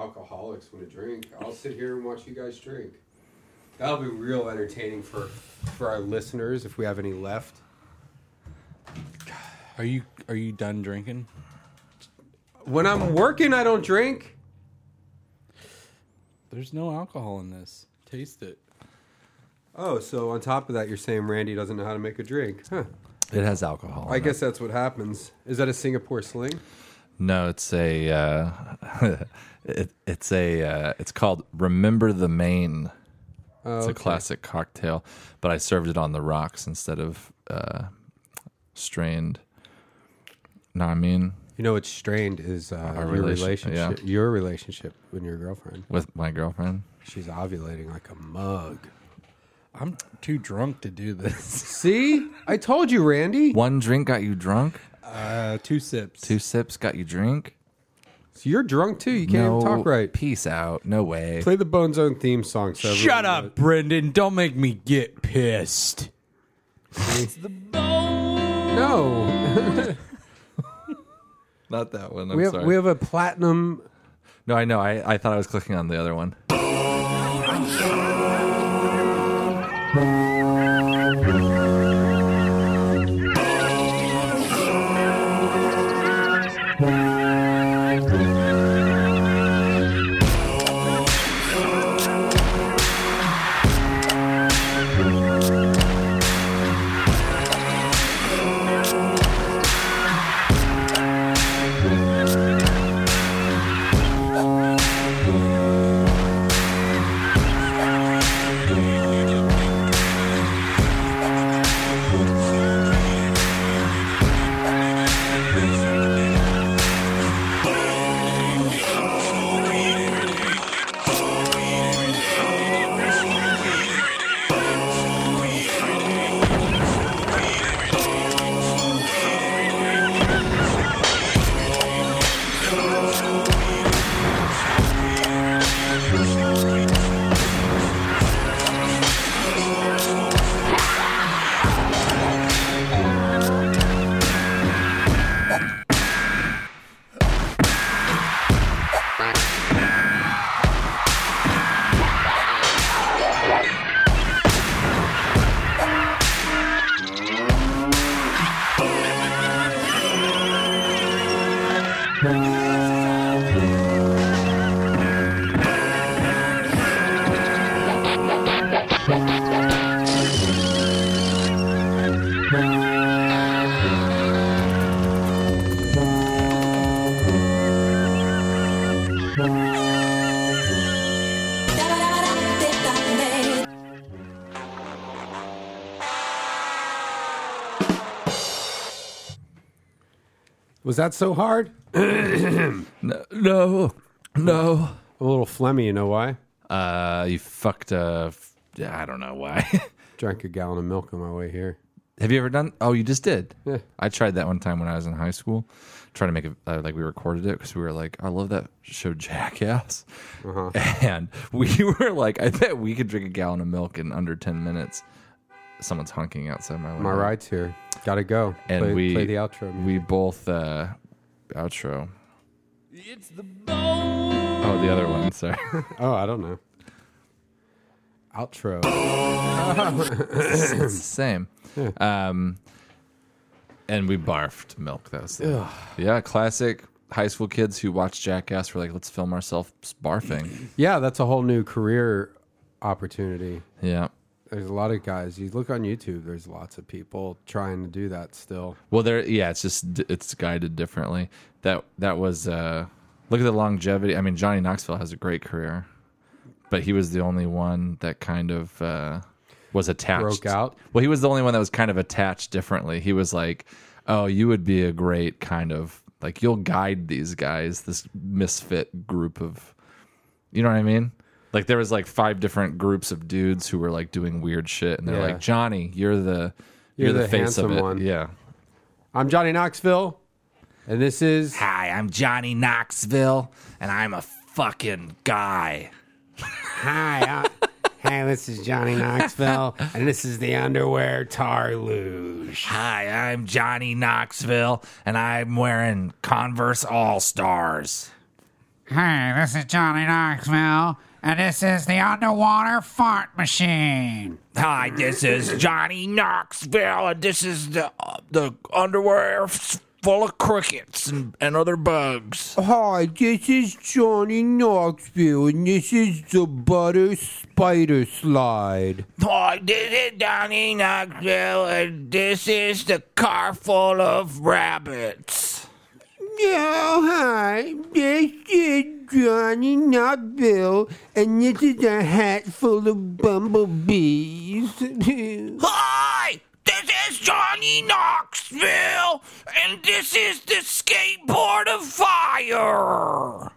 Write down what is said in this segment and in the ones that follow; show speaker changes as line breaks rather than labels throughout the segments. alcoholics want to drink. I'll sit here and watch you guys drink. That'll be real entertaining for for our listeners if we have any left.
Are you are you done drinking?
When I'm working, I don't drink.
There's no alcohol in this. Taste it.
Oh, so on top of that, you're saying Randy doesn't know how to make a drink? Huh.
It has alcohol.
I
in it.
guess that's what happens. Is that a Singapore sling?
No, it's a uh, it, it's a uh, it's called Remember the Main. it's a classic cocktail, but I served it on the rocks instead of uh, strained. No, I mean
You know what's strained is uh, your
relation-
relationship. Your relationship with your girlfriend.
with my girlfriend.
She's ovulating like a mug.
I'm too drunk to do this.
See, I told you, Randy.
One drink got you drunk.
Uh, two sips.
Two sips got you drink. Oh,
So you're drunk too. You can't even talk right.
Peace out. No way.
Play the Bone Zone theme song. So
Shut
everyone
up,
knows.
Brendan. Don't make me get pissed.
No,
Not that one. I'm
we have
sorry.
we have a platinum.
no, I know. I, I thought I was clicking on the other one.
Was that so hard?
No, no, no.
I'm a little phlegmy. You know why?
Uh, you fucked. Uh, f- I don't know why.
Drank a gallon of milk on my way here.
Have you ever done? Oh, you just did.
Yeah.
I tried that one time when I was in high school. Trying to make it uh, like we recorded it because we were like, I love that show Jackass,
Uh-huh.
and we were like, I bet we could drink a gallon of milk in under ten minutes. Someone's honking outside my window.
My ride's here. Gotta go.
Mm-hmm. and
play,
we
play the outro.
We both uh, outro. Oh, the other one. Sorry.
Oh, I don't know. Outro.
it's the same. Um, and we barfed milk. That was the- yeah, classic high school kids who watch Jackass were like, let's film ourselves barfing.
Yeah, that's a whole new career opportunity.
yeah.
There's a lot of guys. You look on YouTube. There's lots of people trying to do that still.
Well, there. Yeah, it's just d- it's guided differently. That that was. Uh, look at the longevity. I mean, Johnny Knoxville has a great career, but he was the only one that kind of uh, was attached.
Broke out?
Well, he was the only one that was kind of attached differently. He was like, "Oh, you would be a great kind of like you'll guide these guys, this misfit group of, you know what I mean." Like there was like five different groups of dudes who were like doing weird shit, and they're
Yeah.
like, "Johnny, you're the
You're
you're,
the
the, face of
handsome
it."
one.
Yeah,
I'm Johnny Knoxville, and this is
Hi, I'm Johnny Knoxville, and I'm a fucking guy.
Hi, uh, hey, this is Johnny Knoxville, and this is the Underwear Tarluge.
Hi, I'm Johnny Knoxville, and I'm wearing Converse All Stars.
Hey, this is Johnny Knoxville, and this is the underwater fart machine.
Hi, this is Johnny Knoxville, and this is the uh, the underwear f- full of crickets and, and other bugs.
Hi, this is Johnny Knoxville, and this is the Butter Spider Slide.
Hi, this is Johnny Knoxville, and this is the car full of rabbits.
Yeah, hi, this is Johnny Knoxville, and this is a hat full of bumblebees.
Hi, this is Johnny Knoxville, and this is the skateboard of fire.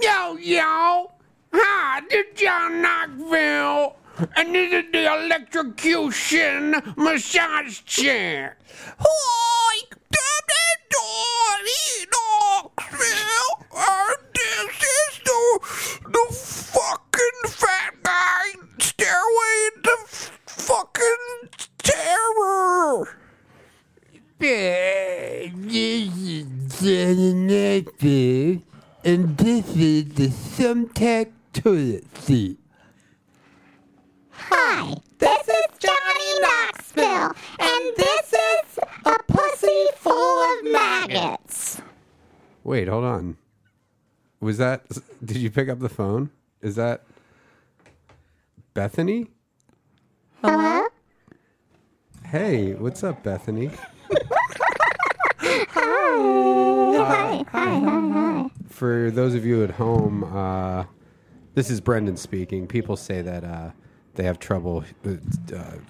yo, yo! Hi, this is Johnny Knoxville, and this is the electrocution massage chair.
Hi, this is Johnny Knoxville, and this is the, the fucking fat guy stairway to fucking terror.
Hey, This is Johnny Knoxville, and this is the thumbtack toilet seat.
Hi, this is Johnny Knoxville, and this is a pussy full of maggots.
Wait, hold on. Was that? Did you pick up the phone? Is that Bethany?
Hello?
Hey, what's up, Bethany?
Hi, hi, hi, hi.
For those of you at home, uh, this is Brendan speaking. People say that uh, they have trouble uh,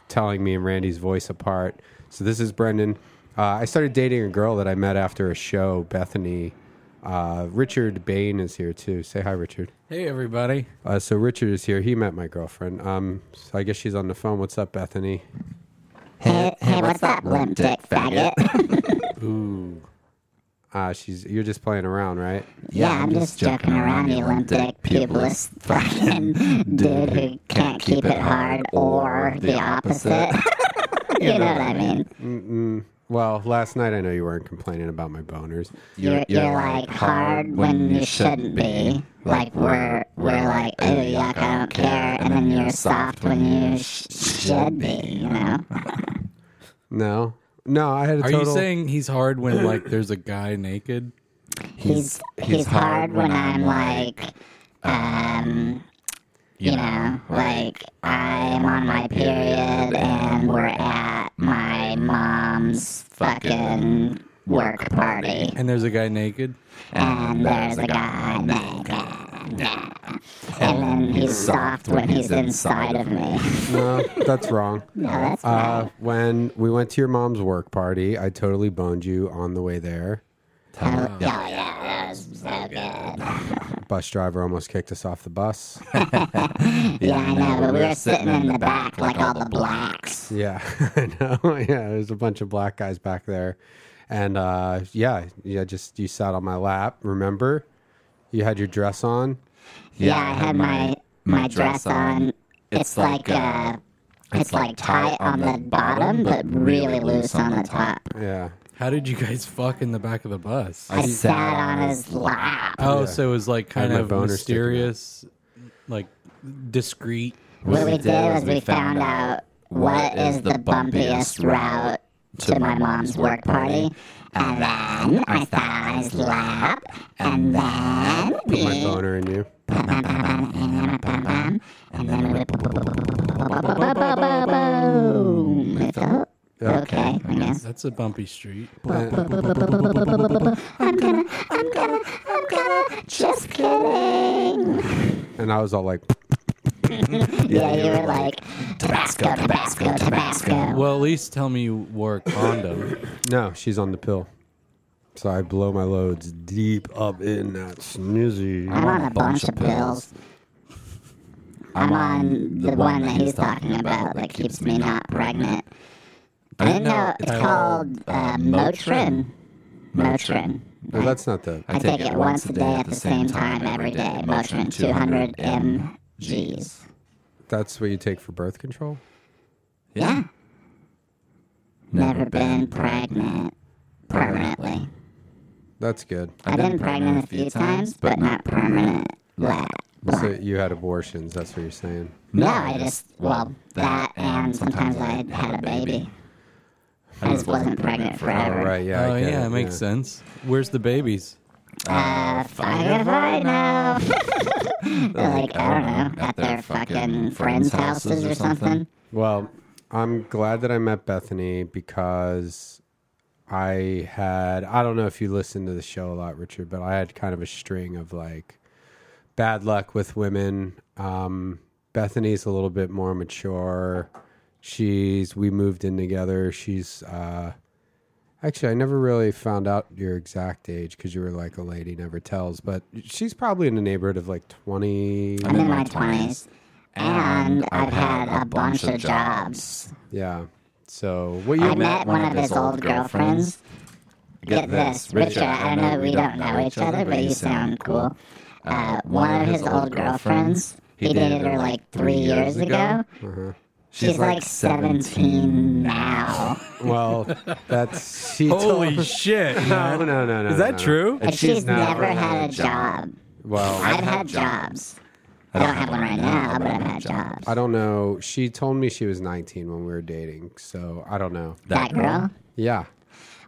telling me and Randy's voice apart. So this is Brendan. Uh, I started dating a girl that I met after a show, Bethany. Uh, Richard Bain is here too. Say hi, Richard.
Hey, everybody.
Uh, so Richard is here. He met my girlfriend. Um, so I guess she's on the phone. What's up, Bethany?
Hey, hey, what's up, limp dick faggot?
Uh, she's you're just playing around, right?
Yeah, I'm just joking around, you limp dick pubeless fucking dude who can't keep it hard or the opposite. You know what I mean?
Well, last night I know you weren't complaining about my boners.
You're, you're like hard when you shouldn't be. Like we're we're like oh yuck I don't care, and then you're soft when you sh- should be. You know?
No, no, I had a
Are
total.
you saying he's hard when like there's a guy naked?
He's he's hard when I'm like
You
you know like I am on my period and we're at my mom's fucking work party.
And there's a guy naked?
and there's a guy naked. Yeah. And then he's soft when he's inside of me.
No, Uh, that's wrong.
No, that's not.
Uh, when we went to your mom's work party, I totally boned you on the way there.
Oh, yeah, that was so good.
Bus driver almost kicked us off the bus.
Yeah, I know, but we were sitting in the back like all the blacks.
yeah, I know. Yeah, there's a bunch of black guys back there, and uh, yeah, yeah, just you sat on my lap. Remember, you had your dress on.
Yeah, I had my my dress on. It's like uh, it's like tight on the bottom, but really loose on the top.
Yeah,
How did you guys fuck in the back of the bus?
I sat on his lap
oh, so it was like kind
my
of
boner sticking out.
mysterious, like discreet.
What we did was we found out what is the bumpiest route to my mom's work party. And then I sat on his lap, and then
put my
we
boner in you.
and then we boom. It felt okay, I guess.
That's a bumpy street.
I'm gonna, I'm gonna, I'm gonna. Just kidding.
And I was all like,
Yeah, you were like Tabasco, Tabasco, Tabasco.
Well, at least tell me you wore a condom.
no, she's on the pill. So I blow my loads deep up in that snizzy.
I'm on a bunch of pills. I'm on the one that he's talking about that keeps me not pregnant. I didn't know it's called uh, Motrin. Motrin.
No, that's not the.
I take it once a day at the same time every day. Motrin 200 mgs.
That's what you take for birth control.
Yeah. Never been pregnant permanently.
That's good.
I've been pregnant a few times, but not permanent. Blah.
So you had abortions. That's what you're saying.
No, I just, well, that and sometimes I had a baby. I just wasn't pregnant
All
forever.
right. Yeah.
oh
I get
yeah, it makes sense. Where's the babies?
Uh, fucking right now. They're like, I don't know, at their fucking friends' houses or something.
Well, I'm glad that I met Bethany because I had I don't know if you listened to the show a lot, Richard, but I had kind of a string of like bad luck with women. Um, Bethany's a little bit more mature. She's we moved in together. She's uh, actually I never really found out your exact age because you were like a lady never tells, but she's probably in the neighborhood of like twenty.
I'm in my 20s. And I've had a bunch of jobs.
Yeah. So what
I
you
met one of his old girlfriends. Get this, Richard, I know we don't know each other, but you sound cool. Uh, one of his old girlfriends, he dated her like three years ago. She's like 17 now.
Well, that's she
Holy
told-
shit!
no, no, no, no.
Is that
no.
true?
And she's
not
never had a job.
Well,
I've had jobs. I don't have one right now, but I've had jobs.
I don't know. She told me she was 19 when we were dating, so I don't know.
That girl?
Yeah,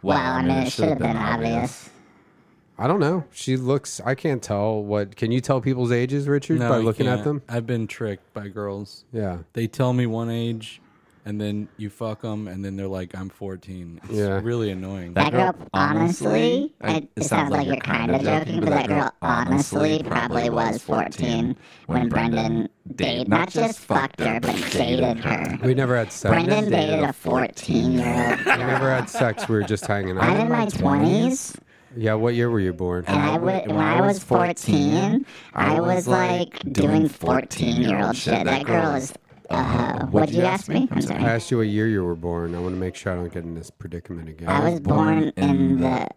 Well, I mean, it should have been obvious.
I don't know. She looks. I can't tell what. Can you tell people's ages, Richard,
No,
by
you
looking at
can't.
them?
I've been tricked by girls.
Yeah.
They tell me one age, and then you fuck them, and then they're like, "I'm 14." It's
Yeah.
really annoying.
That girl, honestly, it, it sounds like you're kind of joking, but that girl honestly probably was 14 when Brendan dated, not just fucked her, but dated her.
We never had sex.
Brendan dated a 14 year old.
We never had sex. We were just hanging
I'm in
out.
my 20s,
Yeah. What year were you born?
and I w- when I was 14, I was like doing 14 year old shit. That girl is. Uh, what'd you ask me? I'm
I
sorry.
asked you what year you were born. I want to make sure I don't get in this predicament again.
I was born in the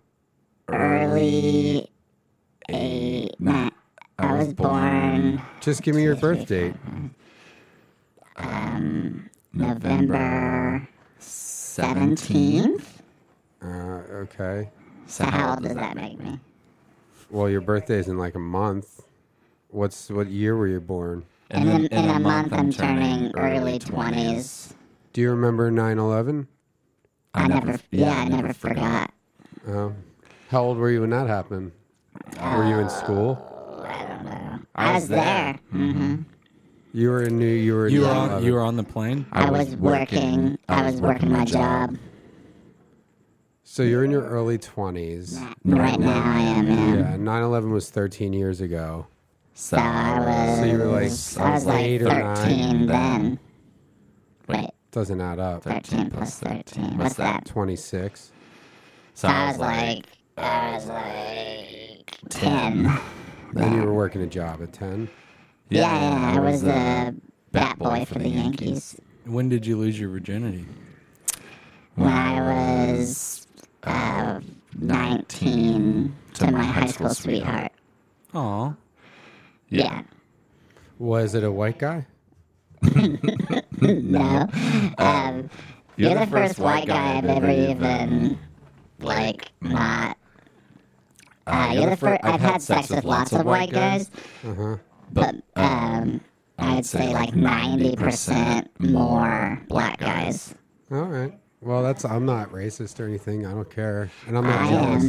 early eight. Nah, I was born
Just give me
E.
your birth date.
November seventeenth.
Uh, okay.
So how old does that make me?
Well, your birthday's in like a month. What's what year were you born?
And in, in a month, I'm turning early twenties.
Do you remember 9/11?
I never, yeah, I never forgot.
How old were you when that happened? were you in school?
I was there.
You were in New. You were. in
you were
9/11.
on, you were on the plane.
I was working. I was working my job.
So you're in your early 20s.
Right now, I am in.
Yeah. 9/11 was 13 years ago.
So I was.
So you were like
I was like
eight or nine.
thirteen then. Wait,
Doesn't add up.
thirteen plus thirteen. What's that?
26.
So
I was like, I was like ten.
And you were working a job at 10.
Yeah, yeah, uh, I was the bat boy for the Yankees
When did you lose your virginity?
when I was uh, nineteen to my high school sweetheart.
Aw.
Yeah,
Was it a white guy?
no. Um, you're the first white guy I've ever even like not. Uh, you're the first. I've had sex with lots of white guys, but um, I'd say like ninety percent more black guys.
All right. Well, that's I'm not racist or anything. I don't care, and I'm not
I
jealous.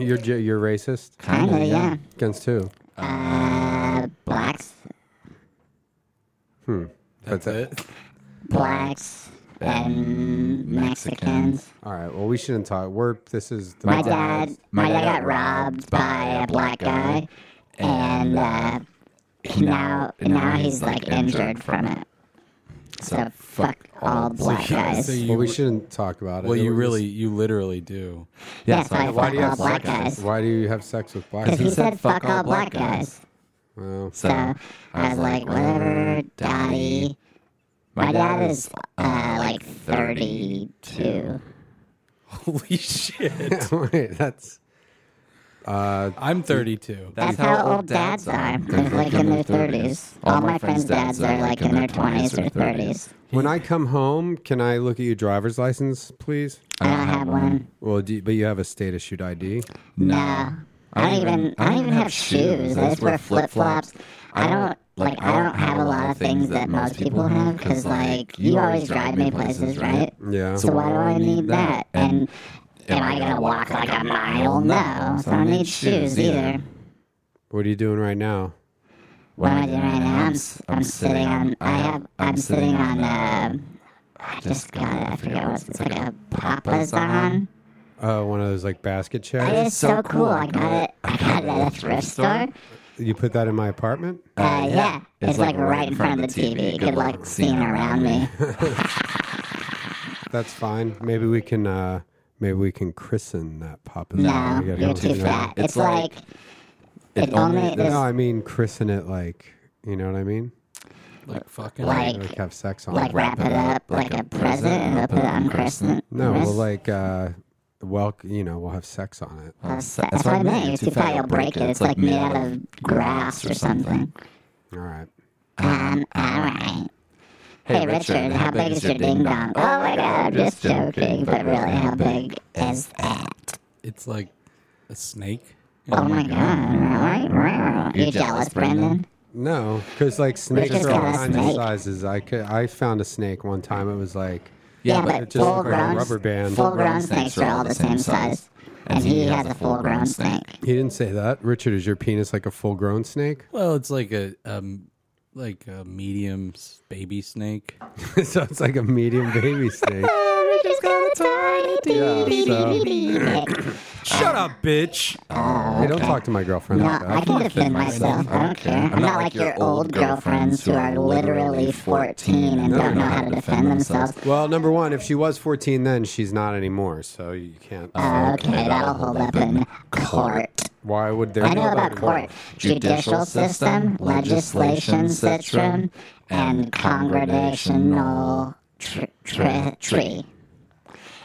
You're je- you're racist
kind of yeah.
against who?
Uh, blacks,
Hmm. That's it.
blacks, and Mexicans.
All right. Well, we shouldn't talk. We're this is the
My dad, my dad got robbed by a black guy, and uh, he now now he's like injured from it. So fuck all black
So
guys.
you,
Well, we shouldn't talk about it.
well,
It
you
was-
really, you literally do.
Yeah, so I
Why
fuck
do you
all
have
black
sex?
guys.
Why do you have sex with black?
He
people?
said fuck all black guys.
Well,
So I was like, whatever, daddy. My dad is uh, like thirty two.
Holy shit!
wait, that's
I'm 32.
That's how old dads are. They're like in their thirties. All my friends' dads are like in their twenties or thirties.
when I come home. Can I look at your driver's license, please?
I don't have one.
Well, do you- but you have a status shoot ID.
No. I don't even I don't even have shoes. I just wear flip flops. I don't like I don't have a lot of things that most people have because like you always drive me places, right?
Yeah.
So why do I need that? And am I gonna walk like a mile? No. So I don't need shoes either.
What are you doing right now?
What am I doing right now? I'm, s- I'm sitting on I have I'm sitting on uh, I just got it. I forget what it's, it's like a Papa's on.
Uh, one of those like basket
It
chairs.
is so cool. I got it. I got it at a thrift store.
You put that in my apartment?
Uh, yeah, it's, like, right in front of the TV. Good luck seeing around me.
That's fine. Maybe we can uh maybe we can christen that Papa's
No,
on. We gotta
you're
go
too
to-
fat. It's, like, it
only-
only is
No, I mean christen it like you know what I mean?
Like fucking.
like
Like have sex on
like
it.
wrap it up like a present and they'll put it on Christmas.
No, well like uh well you know, we'll have sex on it.
That's, that's what I meant. You're too fat. You'll break it. It's like made out of grass or something.
All right.
Um, all right. Hey Richard, how big is your ding dong? Oh my god, I'm just joking. But really, how big is that?
It's like a snake.
Oh my god, right? You jealous, Brendan?
No, because like snakes
just
are all
got a
kinds of
snake.
sizes. I could, I found a snake one time. It was like
Yeah,
but
but
just
full
like a
grown
rubber band.
Full grown snakes are all the same size, and he has a full grown snake.
he didn't say that. Richard, is your penis like a full grown snake?
Well, it's like a um, like a medium s- baby snake.
so it's like a medium baby snake.
Oh, Richard's got a tiny
Yeah, so-
dick.
Shut up, bitch.
Hey, don't talk to my girlfriend
No,
like that.
I can defend myself. I don't care. I'm not like your old girlfriends who are literally 14 and don't know how to defend themselves.
Well, number one, if she was 14 then, she's not anymore, so you can't.
Oh, okay, that'll hold up in court.
Why would there
I
be
know about court, judicial system, legislation system, and congregational tr- tr- tree.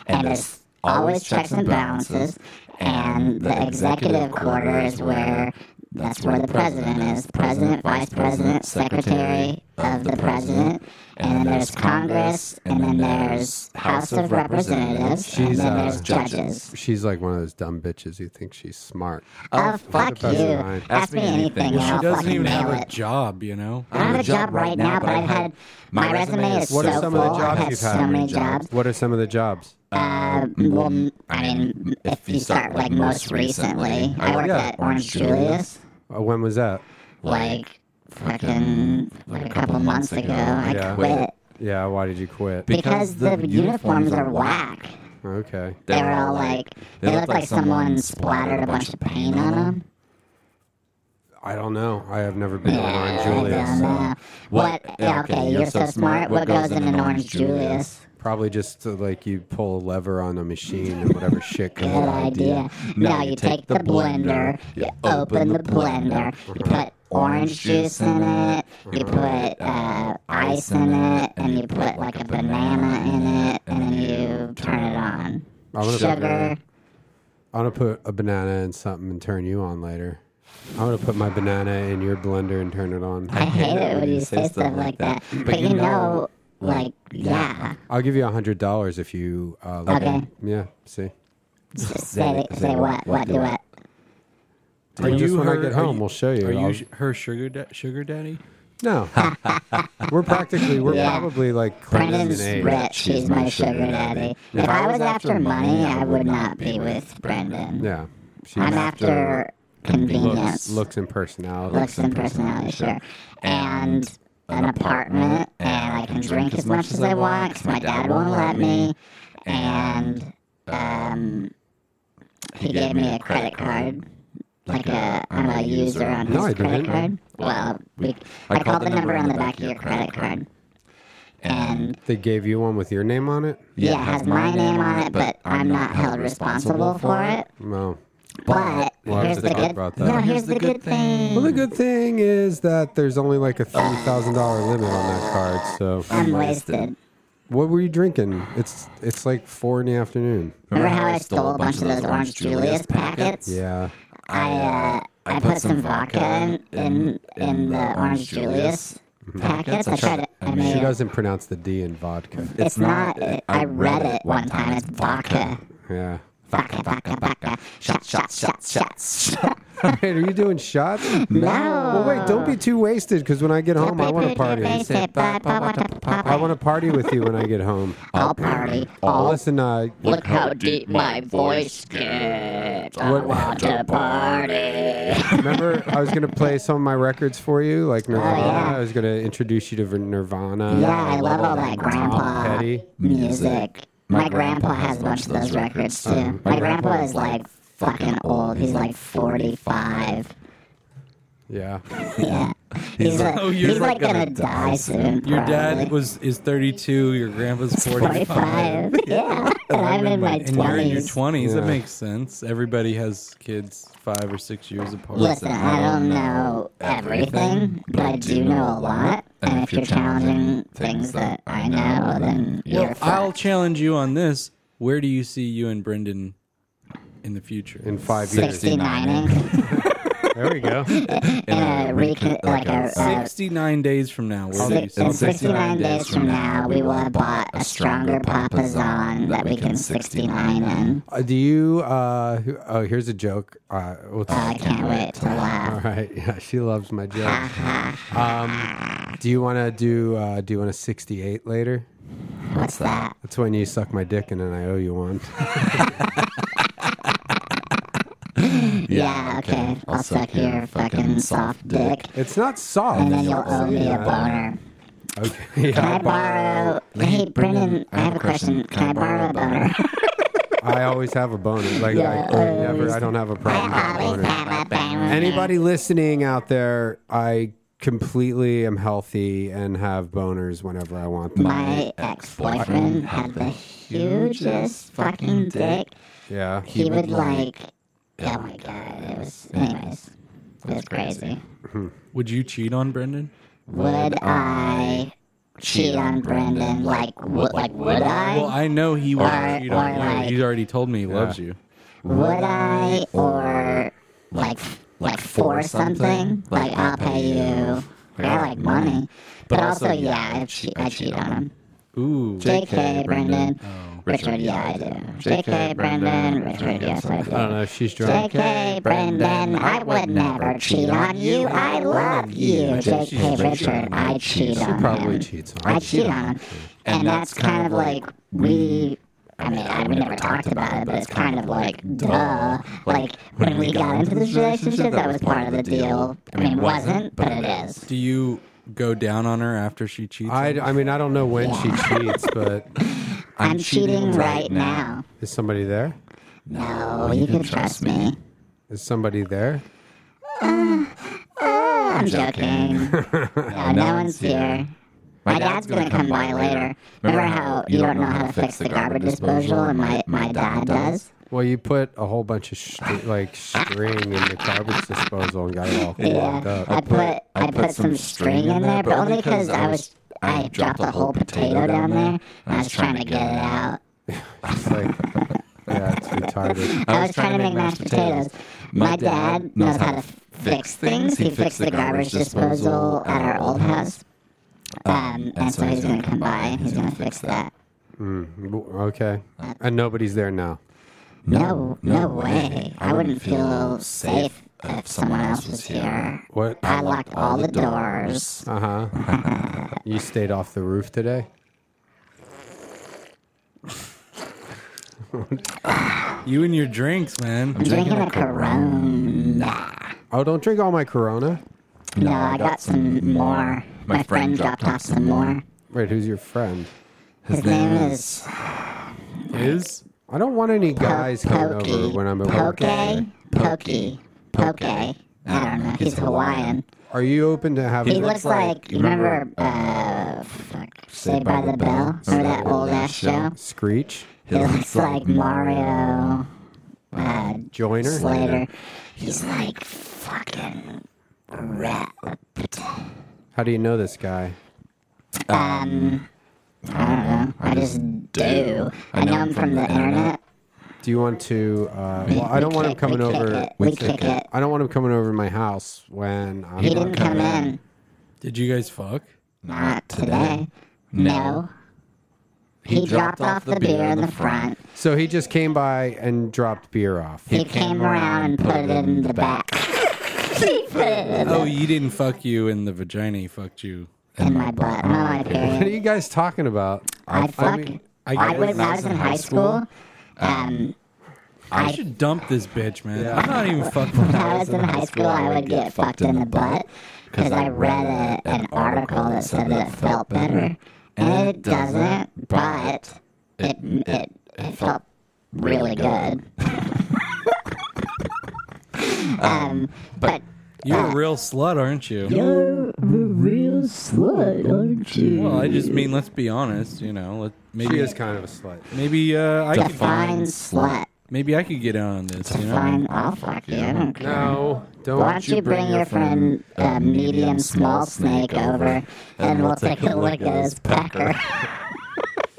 And it's always checks and balances, and the executive quarter is where that's where the president is president, vice president, secretary of the president. And then there's Congress, and then there's House of Representatives, and
She's,
then
uh,
there's judges.
She's like one of those dumb bitches who thinks she's smart.
Oh, fuck you.
best line.
Ask, me anything. and
She
I'll
doesn't
fucking
even have
nail
a
it.
job, you know.
I don't have a job right now, but I've had my resume is
What
so
are some
full.
of the
I've
jobs
had
you've
so
had?
many jobs.
What are some of the jobs?
Uh, well, m- I mean, if you start like most recently, I worked at Orange Julius,
Uh, when was that?
like fucking like a couple months ago. I
Yeah.
quit
Yeah, why did you quit?
because the uniforms are whack.
Okay.
They were all like, they looked like someone splattered a bunch of paint on them.
I don't know. I have never been on Orange Julius.
And,
so
uh, what? Okay, you're so smart. What goes in an Orange Julius?
Probably just uh, like you pull a lever on a machine and whatever shit comes
Good
out.
idea. Now you take the blender, you open the blender, you put orange juice in it, you put uh, ice in it, and you put like a banana in it, and then you turn it on.
I'm gonna-
Sugar.
I'm going to put a banana in something and turn you on later. I'm going to put my banana in your blender and turn it on.
I hate it when you say stuff like that. But you know, like, yeah.
I'll give you a $100 if you. Uh, let
Okay.
me- Yeah, see.
Say, say what? What do what?
Are
you
you when I
her-
get
are
home,
you-
we'll show you.
Are you
I'll-
sh- her sugar da- sugar daddy?
no. we're practically, we're
Yeah.
probably like close in
Brendan's
age.
rich. He's my sugar daddy. If I was after money, I would not be with Brendan.
Yeah. She's
I'm after convenience,
looks and personality.
looks, and personality, sure, and an apartment, and I can drink as much as I want 'cause my dad won't let me, and um, he gave me a credit card. Like a, I'm a user on his
No, I
credit
didn't.
card. Well, we, I called the number on the back of your credit card, and
They gave you one with your name on it?
yeah, it has my name on it, but I'm not held responsible for it.
No.
But
We'll have
here's
to
the
talk
good.
about that.
No, here's the good thing.
Well, the good thing is that there's only like a three thousand dollar limit on that card. So,
I'm wasted.
what were you drinking? It's it's like four in the afternoon.
Remember how I stole a bunch of those Orange Julius packets?
Yeah,
I uh, I put some vodka in in, in the Orange Julius packets. I tried to. I
She
made it.
doesn't pronounce the D in vodka.
It's not. I read it one time. It's vodka.
Yeah.
Vodka, vodka, vodka. Shots, shots, shots, shots.
Wait, are you doing shots?
No.
Well, wait, don't be too wasted because when I get home, I want to party. I
I
want to party with you when I get home.
I'll party.
Oh,
I'll
listen, uh,
Look how deep my voice gets. I
What-
want to party.
remember I was going to play some of my records for you, like Nirvana.
Oh, yeah.
I was going to introduce you to Nirvana.
Yeah, I love all that
Tom
grandpa
Petty.
music. My grandpa has a bunch of those records too. My grandpa is like fucking old. He's like 45.
Yeah.
Yeah. He's like,
Oh, you're
he's
not
like
gonna
gonna die soon.
Your dad
probably.
was is 32. Your grandpa's 45.
45. Yeah. And I'm in my
And you're in your
20s.
20s. That
Yeah.
makes sense. Everybody has kids five or six years apart.
Listen, I don't know everything, but I do know a lot. And if you're challenging things that I know, then you're
I'll
fucked.
challenge you on this. Where do you see you and Brendan in the future?
In five years.
69ing
There we go.
in a recon, like a, a
69 days from now. Where do you
Six,
see?
in 69 days from now, we will have bought a stronger Papa Zahn that we can 69 in.
Uh, do you? Uh, who- oh, here's a joke. Uh, we'll
I can't wait to
All
laugh.
right. Yeah, she loves my jokes. Um, do you want to do? Uh, do you want a 68 later?
What's that?
That's when you suck my dick and then I owe you one.
Yeah, okay. I'll suck your fucking soft dick,
It's not soft.
and then you'll owe me a boner.
Okay.
Can
Yeah,
I borrow? Hey, Brendan, I have a question. Can I borrow a boner?
I always have a boner. Like I, I never. I don't have a problem
I
with a
always
boner.
have a boner.
Anybody listening out there, I completely am healthy and have boners whenever I want them.
My ex-boyfriend had the hugest fucking dick.
Yeah.
he would like oh my god it was anyways it was crazy
Would you cheat on Brendan?
would i cheat on brendan like would like would
Well,
i
I know he would
Or-
cheat on
or
you.
like-
He's already told me he loves you.
would i or like like for something like i'll pay you like, i like money but also yeah i cheat i cheat on him
Ooh.
jk brendan richard yeah i do jk brendan richard yes i do
I don't know. She's drunk.
JK, Brendan, I would never cheat on you. I love you. JK, Richard, I cheat
She
on
probably
him.
cheats on.
I cheat on him. And that's kind of like we. I mean, I, we never talked about it, but it's kind of like, duh. Like, when we got into this relationship, that was part of the deal. I mean, it wasn't, but it is.
Do you go down on her after she cheats?
I, I mean, I don't know when she cheats, but
I'm cheating right now.
is somebody there?
No, you can trust me.
Is somebody there?
I'm joking. No, no one's here. My dad's gonna come by later. Remember how you don't know how to fix the garbage disposal, and my, my dad does?
Well, you put a whole bunch of str- like string in the garbage disposal and got it all clogged
Yeah,
up.
I put I put some string in there, but only because I was I dropped a whole potato down there. And I was trying to get it out.
It's like, yeah, it's retarded.
I was trying to make mashed potatoes. My dad knows how to f- fix things. He fixed the garbage disposal at our old house, um, and so he's gonna come by and he's gonna fix that.
Okay, and nobody's there now.
No, no way. I wouldn't feel safe if someone else was here.
What?
I locked all the doors.
Uh huh. you stayed off the roof today.
you and your drinks, man.
I'm drinking a Corona.
Oh, don't drink all my Corona.
No, I got some more. My friend dropped off some more.
Wait, who's your friend?
His name is
Is
I don't want any
Po-
guys coming over
Pokey.
when I'm at work.
Poke. Pokey. Poke. I don't know. He's Hawaiian.
Are you open to having?
He looks like, you remember, uh, fuck, Saved by the Bell? Remember that old ass show?
Screech,
He looks like Mario. Uh,
Joiner.
Slater. He's like fucking rat.
How do you know this guy?
Um, I don't know. I just do. I know him from the internet.
Do you want to? Uh, well, I don't want him
kick- we
coming
kick
over.
it. We kick it.
I don't want him coming over to my house when I'm.
He
not
didn't come
coming.
in.
did you guys fuck?
Not today. No. He dropped off the beer in the front.
So he just came by and dropped beer off.
He came around and put it in the back. He put it in
Oh, you didn't fuck you in the vagina. He fucked you.
in my butt. My life
What are
period.
you guys talking about?
I fuck.
mean,
I,
I
was, I was in high school. Um,
I
I-
should dump this bitch, man. I'm not even fucking.
when I was in high school, I would get fucked in the butt because I read a, an article that said that it felt better, and it doesn't. But it it it felt really good. um, but
You're a real slut, aren't you?
you're a real slut, aren't you?
Well, I just mean, let's be honest. You know, let, maybe
she is kind of a slut.
maybe uh, I could
Define slut.
maybe I could get in on this. You know,
Fine, I'll fuck you. I don't care.
No, don't.
Why don't you bring your friend a medium small snake over and we'll take a look at his pecker.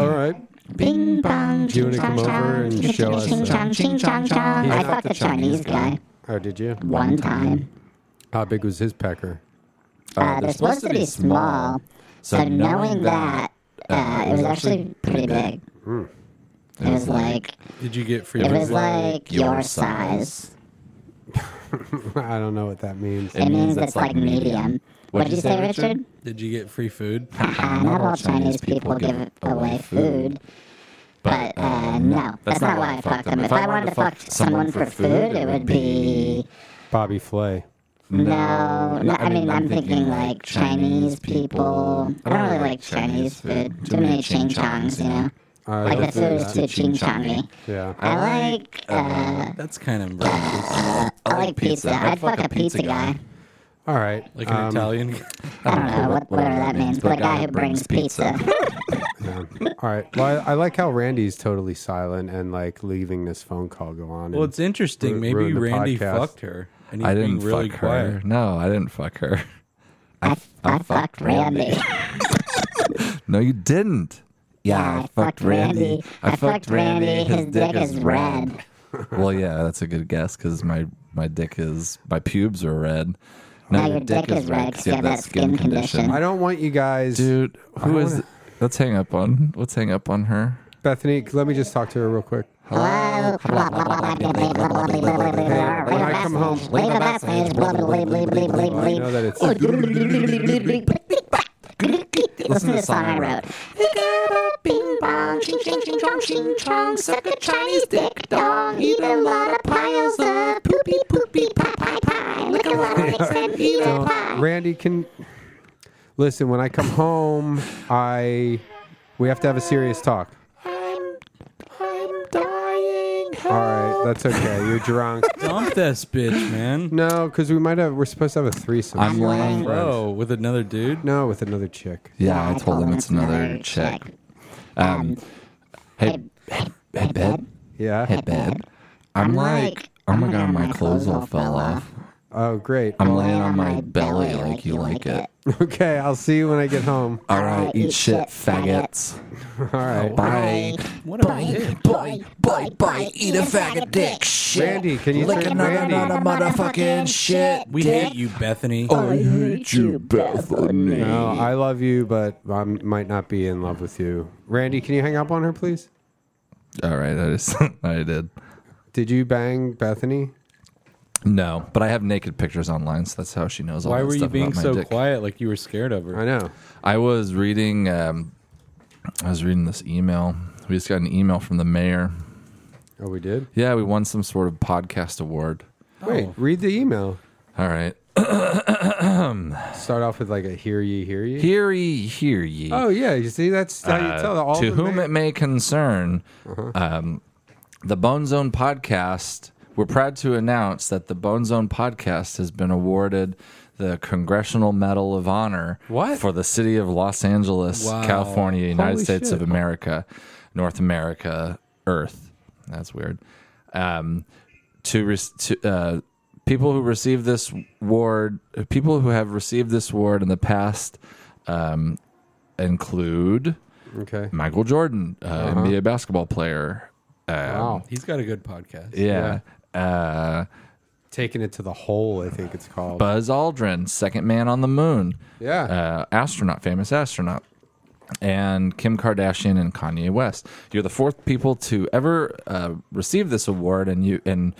All right.
Bing bong,
Do you
ching
want to
chong
come over
chong,
and
ching
show
chong
us,
ching
uh,
chong, ching chong chong.
He's
I
not
fucked
the
a Chinese guy
Oh, did you?
one time.
How big was his pecker?
Uh, they're supposed to be small, so knowing that, uh, it was actually pretty big. It was like
did you get free?
it was
pussy?
like your size.
I don't know what that means.
It means it's like medium. What did you say, Richard?
did you get free food?
Uh, not all Chinese people give away food. But uh, no, that's not why I fucked them. If I wanted to fuck someone for food, it would be
Bobby Flay.
no. no I mean, I'm thinking like Chinese people. I don't really like Chinese food. Too many ching chongs, you know.
Uh,
Like the
that's-
food is too ching chongy.
yeah.
I like uh,
That's kind of racist.
I like pizza. I'd fuck a pizza guy.
All right.
like
Um,
an Italian. guy.
I don't know what whatever that means, but a guy who brings pizza.
Uh, All right. Well, I, I like how Randy's totally silent and like leaving this phone call go on.
Well,
and-
it's interesting.
Ru-
Maybe
ruined the
Randy
podcast.
fucked her, and he's
I didn't
being really
fuck
quiet.
her. No, I didn't fuck her.
I, I fucked Randy.
No, you didn't.
Yeah, I fucked Randy. I fucked Randy. His dick is red.
well, yeah, that's a good guess because my my dick is my pubes are red.
Now your dick is red 'cause you have that skin condition.
I don't want you guys,
Dude, who
I
is?
wanna-
Let's hang up on. Let's hang up on her.
Bethany. Let me just talk to her real quick.
Hello.
When I come home,
Leave a message. Blah, blah, blah, blah, blah, blah,
I know
blah.
that it's.
Listen to the song I wrote. You got a bing bong, ching ching ching chong ching chong, suck a Chinese dick dong, eat a lot of piles of poopy poopy pie pie pie, lick a lot of dicks and eat a pie.
Randy can listen. When I come home, I we have to have a serious talk.
I'm dying.
All right, that's okay. You're drunk.
Dump this bitch, man.
No, because we might have. We're supposed to have a threesome.
I'm laying.
Bro, with another dude.
no, with another chick.
Yeah, I told him it's another chick. Um, hey, hey, hey, bed,
Yeah.
hey, bed. Uh-huh. I'm like, oh my god, my clothes all fell off.
Oh, great.
I'm laying on my belly like you like it.
Okay, I'll see you when I get home.
All right, eat shit, faggots.
All right.
Oh, Bye.
What a bitch.
Boy, boy, boy, eat a faggot dick. Shit.
Randy, can you
Lick
turn
another
Randy?
another motherfucking shit.
We hate you, Bethany.
Oh,
Oh, I hate you, Bethany.
No, I love you, but I might not be in love with you. Randy, can you hang up on her, please?
All right, I just, I did.
Did you bang Bethany?
No, but I have naked pictures online, so that's how she knows all
Why
that
were you
stuff
being
about my
so
dick.
quiet? Like you were scared of her.
I know.
I was reading. Um, I was reading this email. We just got an email from the mayor.
Oh, we did?
Yeah, we won some sort of podcast award.
Wait,
Oh.
read the email.
All right,
Start off with like a hear ye, hear ye.
hear ye, hear ye.
Oh yeah, you see that's how you tell that all
Uh, to
the
whom
ma- Uh-huh.
it may concern, um, the Bone Zone podcast. We're proud to announce that the Bone Zone podcast has been awarded the Congressional Medal of Honor
What?
for the city of Los Angeles,
Wow.
California, United
Holy
States
shit.
of America, North America, Earth. That's weird. Um, to, re- to uh, people who receive this award, people who have received this award in the past um, include.
Okay.
Michael Jordan, uh,
Uh-huh.
NBA basketball player. Uh,
Wow.
He's got a good podcast.
yeah. Uh,
Taking it to the hole, I think it's called.
Buzz Aldrin, second man on the moon.
Yeah.
Uh, astronaut, famous astronaut. And Kim Kardashian and Kanye West. You're the fourth people to ever uh, receive this award, and you and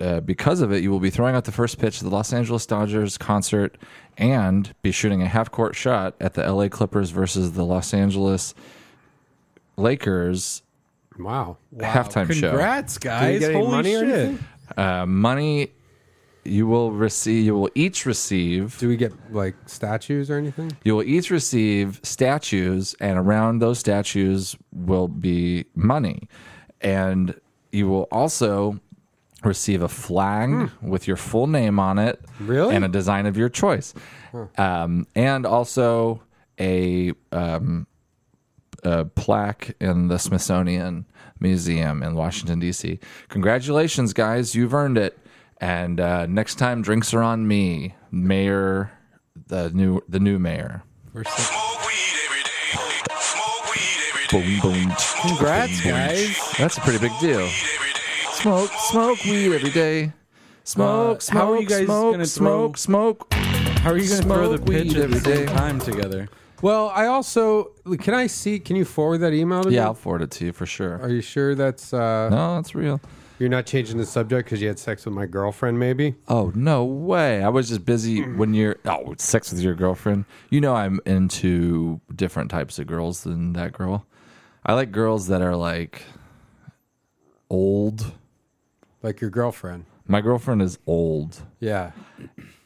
uh, because of it, you will be throwing out the first pitch of the Los Angeles Dodgers concert and be shooting a half-court shot at the LA Clippers versus the Los Angeles Lakers
wow.
halftime show.
Congrats, guys!
get any
Holy
money or
shit!
anything?
Uh, money you will receive. You will each receive.
Do we get like statues or anything?
You will each receive statues, and around those statues will be money. And you will also receive a flag with your full name on it
Really?
and a design of your choice. Um, and also a, um, a plaque in the Smithsonian Museum in Washington, D.C. Congratulations, guys. You've earned it. And uh, next time, drinks are on me, Mayor, the new the new mayor.
Smoke weed every day. Smoke weed every day.
Boom, boom.
Congrats, guys!
That's a pretty big deal.
Every day.
Smoke, smoke weed every day. Smoke,
Uh, how are you
smoke,
guys
smoke,
gonna
smoke, smoke.
How are you going to throw the
Smoke weed
pitch at the
every
same
day.
time together?
Well, I also can I see? Can you forward that email to me?
Yeah, I'll forward it to you for sure.
Are you sure that's uh,
No, that's real.
you're not changing the subject because you had sex with my girlfriend? Maybe.
Oh no way! I was just busy when you're oh sex with your girlfriend. You know I'm into different types of girls than that girl. I like girls that are like old.
Like your girlfriend.
My girlfriend is old,
Yeah.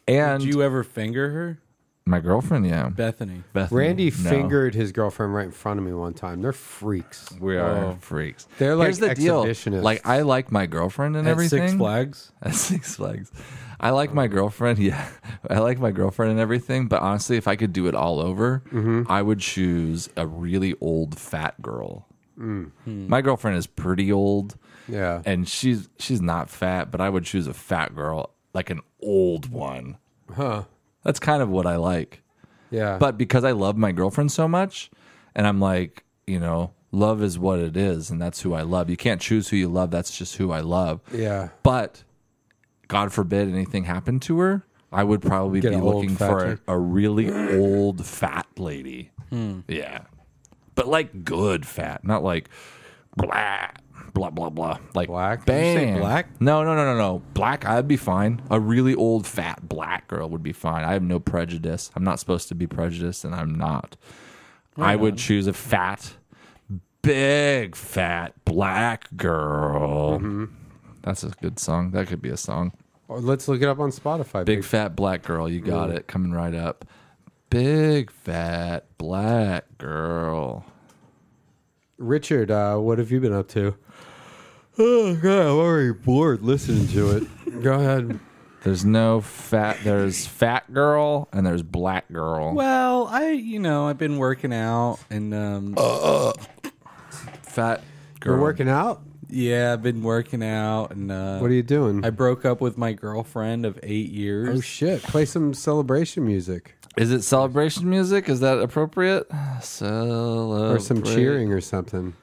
and
Do you ever finger her,
my girlfriend, yeah,
Bethany?
Bethany,
Randy
Mm, no.
fingered his girlfriend right in front of me one time. They're freaks.
We are freaks.
Oh. They're like
Here's the deal.
exhibitionists.
Like I like my girlfriend and
At
everything.
Six Flags.
At Six Flags. I like my girlfriend. Yeah, I like my girlfriend and everything. But honestly, if I could do it all over,
Mm-hmm.
I would choose a really old fat girl.
Mm.
My girlfriend is pretty old,
Yeah.
and she's she's not fat. But I would choose a fat girl, like an old one.
Huh.
That's kind of what I like.
Yeah.
But because I love my girlfriend so much, and I'm like, you know, love is what it is, and that's who I love. You can't choose who you love. That's just who I love.
yeah.
But God forbid anything happened to her, I would probably
Get
be
an old
looking
fat
for
chick.
a, a really old fat lady.
Hmm.
Yeah. But like good fat, not like blah blah blah blah. Like
Black? Did you
Bang.
say black?
No, no, no, no, no. Black, I'd be fine. A really old fat black girl would be fine. I have no prejudice. I'm not supposed to be prejudiced, and I'm not. I would choose a fat, big fat black girl.
Mm-hmm.
That's a good song. That could be a song.
Or let's look it up on Spotify.
Big fat black girl, you got it. Coming right up. Big fat black girl.
Richard, uh, what have you been up to? Oh God, I'm already bored listening to it. Go ahead.
There's no fat. There's fat girl and there's black girl.
Well, I you know I've been working out and um
Uh.
fat girl.
You're working out.
yeah I've been working out and uh,
What are you doing?
I broke up with my girlfriend of eight years.
oh shit! Play some celebration music
Is it celebration music? Is that appropriate? Celebrate
or some cheering or something.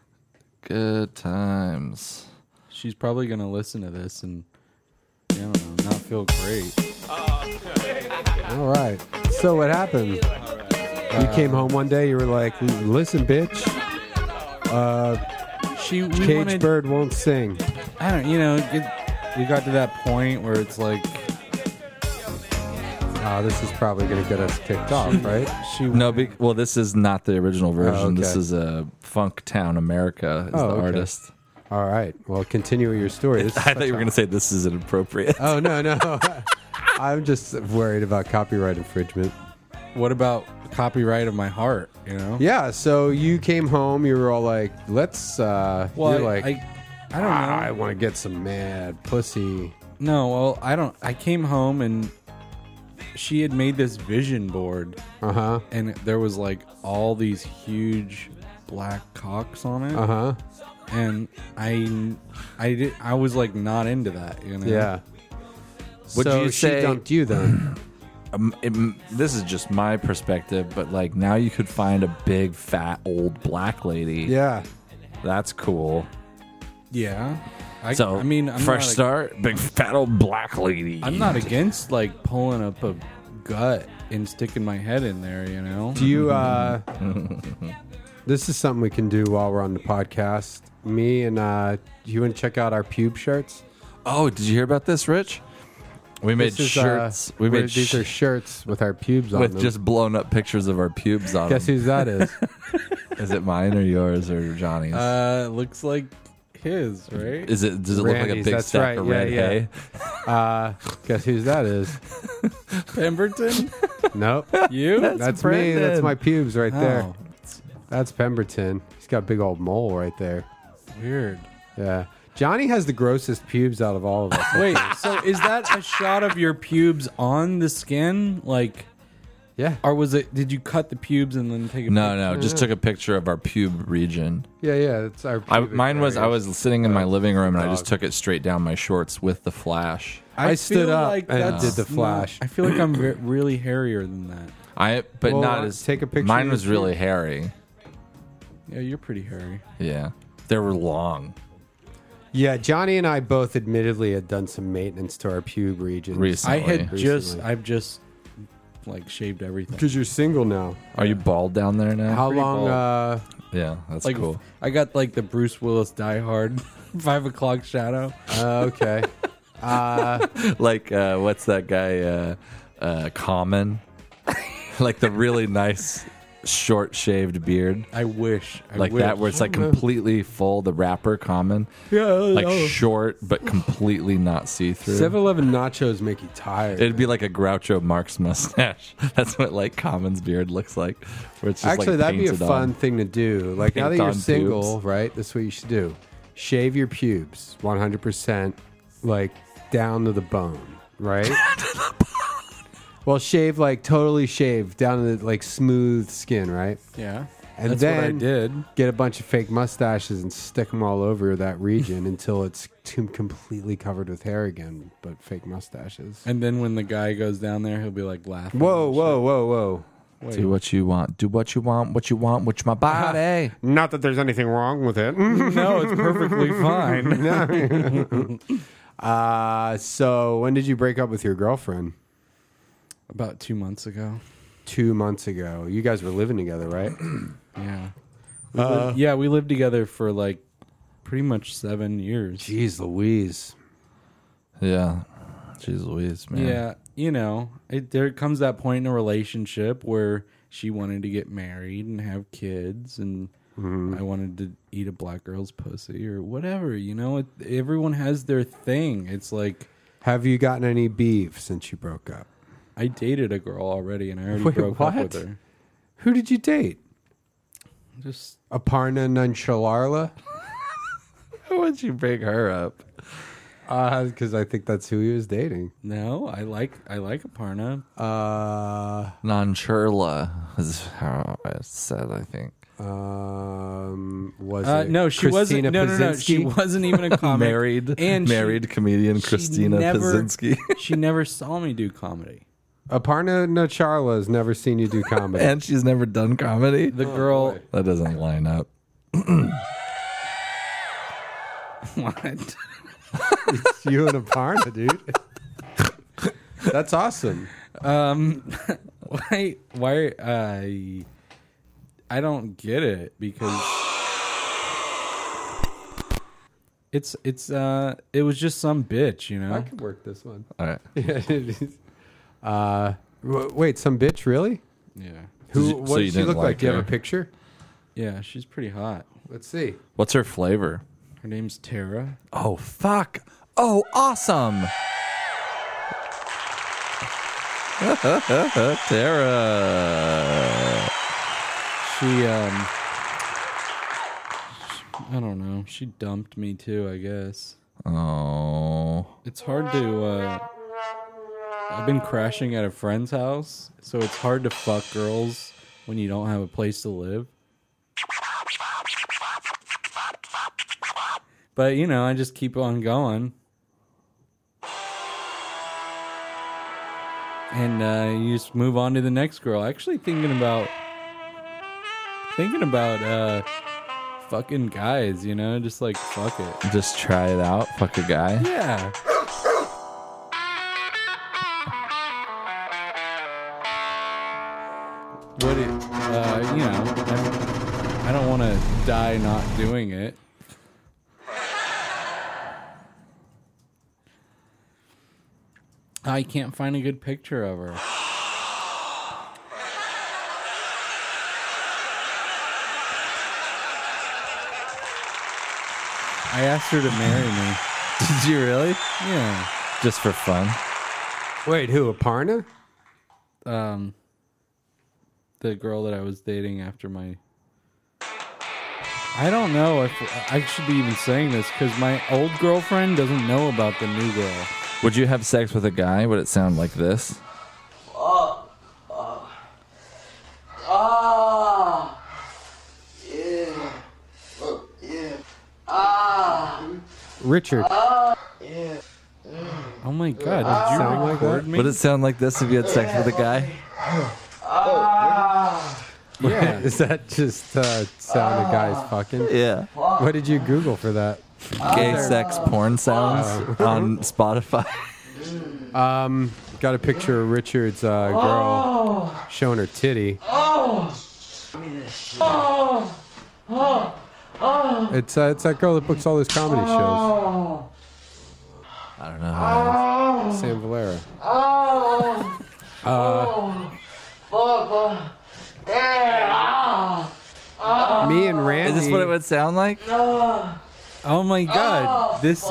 Good times.
She's probably gonna listen to this and I don't know, not feel great.
All right. So what happened? You came home one day. You were like, "Listen, bitch,
She we
cage
wanted,
bird won't sing."
I don't you know get, we got to that point where it's like
Uh, this is probably gonna get us kicked off, right?
she
No, be, well, this is not the original version.
Oh, okay.
This is a Funk Town America is
Oh,
the
okay.
artist.
All right. Well, continue your story. This is
I thought you
such
were going to say this is inappropriate.
a- Oh no, no. I'm just worried about copyright infringement.
what about copyright of my heart? You know.
Yeah, so you came home, you were all like, let's uh
Well,
you're
I,
like
I, I don't know.
"Ah, I wanna get some mad pussy.
No, well, I don't. I came home and she had made this vision board,
Uh huh.
and there was like all these huge black cocks on it,
Uh huh.
and I, I did. I was like not into that, you know.
Yeah.
Would
so
you
she
say-
dumped you then?
Um, it, m- this is just my perspective, but like now you could find a big, fat, old black lady.
yeah.
That's cool.
yeah. I,
So
I mean, I'm
fresh
not a-
start.
Big fat old black lady.
I'm not against like pulling up a gut and sticking my head in there, you know.
Do you? Uh, this is something we can do while we're on the podcast. Me and uh, you want to check out our pube shirts?
Oh, did you hear about this, Rich? We made
This is, uh,
shirts. we
where
made
these
sh-
are shirts with our pubes on
with
them.
just blown up pictures of our pubes on
Guess
them.
whose that is?
Is it mine or yours or Johnny's?
Uh, looks like his, right?
is it? Does it look like a
Randy's,
big
that's
stack
right,
of
yeah,
red
yeah.
hay?
uh, guess whose that is?
Pemberton?
Nope.
You?
That's, me. That's
Brendan.
my pubes right there.
Oh,
That's Pemberton. He's got a big old mole right there.
weird.
Yeah. Johnny has the grossest pubes out of all of us.
Wait, so is that a shot of your pubes on the skin? Like,
Yeah.
or was it? Did you cut the pubes and then take a
No,
pic-
no. Just took a picture of our pube region.
Yeah, yeah. It's our.
I,
pubic
mine was I
areas.
was sitting in
Uh,
my living room and I just took it straight down my shorts with the flash.
I, stood
feel
up
like
and
that's
did the
not-
flash.
I feel like I'm ve- really hairier than that.
I but
Well,
not
uh,
as
take a picture of
Mine
your
was really hairy.
Yeah, you're pretty hairy.
Yeah, they were long.
Yeah, Johnny and I both admittedly had done some maintenance to our pube regions.
Recently,
I had just,
Recently.
I've just like shaved everything.
Because you're single now.
Are you bald down there now?
How
Pretty
long?
bald.
Uh,
yeah, that's
Like,
cool.
I got like the Bruce Willis Die Hard five o'clock shadow.
uh, okay.
like uh, what's that guy? Uh, uh, Common, like the really nice short shaved beard.
I wish, I
Like
wish.
that, where it's like completely full. The rapper Common,
yeah,
like
oh.
short but completely not see through.
7 Eleven nachos make you tired.
It'd be like a Groucho Marx mustache. That's what like Common's beard looks like. Where it's just
Actually,
like,
that'd be a
painted
fun
on.
thing to do. Like, now that
Paint
you're
on
single, right? That's what you should do. Shave your pubes 100%, like down to the bone, right? well, shave, like totally shave down to like smooth skin, right?
yeah.
And
That's
then
what I did.
get a bunch of fake mustaches and stick them all over that region until it's too completely covered with hair again, but fake mustaches.
And then when the guy goes down there, he'll be like laughing.
Whoa, whoa, whoa, whoa.
Do what you want. Do what you want. What you want. Which my body.
Not that there's anything wrong with it.
No, it's perfectly fine.
uh, so, when did you break up with your girlfriend?
About two months ago.
Two months ago. You guys were living together, right?
Yeah. We
Uh.
lived- yeah, we lived together for like pretty much seven years.
Jeez Louise.
Yeah. Jeez Louise, man.
Yeah, you know, it, there comes that point in a relationship where she wanted to get married and have kids, and I wanted to eat a black girl's pussy or whatever. You know, it, everyone has their thing. It's like
Have you gotten any beef since you broke up?
I dated a girl already, and I already
Wait,
broke
what?
up with her.
Who did you date?
Just
Aparna Nunchalarla?
Why would you bring her up?
Because Uh, I think that's who he was dating.
no, I like I like Aparna.
Uh,
Nonchurla is how I said, I think.
um, was
Uh,
it
no, she
Christina
wasn't. No, no, no, she
Pazinski?
wasn't even a comic.
married
and she-
married comedian
she
Christina
never-
Pazinski.
she never saw me do comedy.
Aparna Nacharla has never seen you do comedy.
and she's never done comedy.
The girl.
That doesn't line up.
What?
It's you and Aparna, dude. That's awesome.
why why I I don't get it because it's it's uh it was just some bitch, you know.
work this one.
All right.
Uh, w- wait, some bitch, really?
Yeah.
Who?
you-
what
so you
does she
didn't
look like?
like
Do you have
her?
a picture?
Yeah, she's pretty hot.
Let's see.
What's her flavor?
Her name's Tara.
Oh fuck. Oh, awesome. Tara.
She um I don't know. She dumped me too, I guess.
Oh.
It's hard to uh I've been crashing at a friend's house, so it's hard to fuck girls when you don't have a place to live. But you know, I just keep on going. And uh, you just move on to the next girl. Actually, thinking about thinking about uh, fucking guys, you know, just like fuck it.
Just try it out. Fuck a guy.
Yeah. What it, uh, you know, I, I don't want to die not doing it. I can't find a good picture of her. I asked her to marry me.
Did you really?
Yeah.
Just for fun.
Wait, who? Aparna?
um the girl that I was dating after my I don't know if I should be even saying this because my old girlfriend doesn't know about the new girl.
Would you have sex with a guy? Would it sound like this?
Richard.
Oh my god, did you
Sound like
record
that?
me?
Would it sound like this if you had sex with a guy?
yeah.
Is that just uh, sound of guys fucking?
Yeah.
What did you Google for that?
Gay sex porn sounds on Spotify.
Um, got a picture of Richard's uh, girl showing her titty. Oh. It's uh, it's that girl that books all those comedy shows,
I don't know. How
Sam Valera. Uh, me and
it
Randy.
is. is this what it would sound like?
Oh my god, this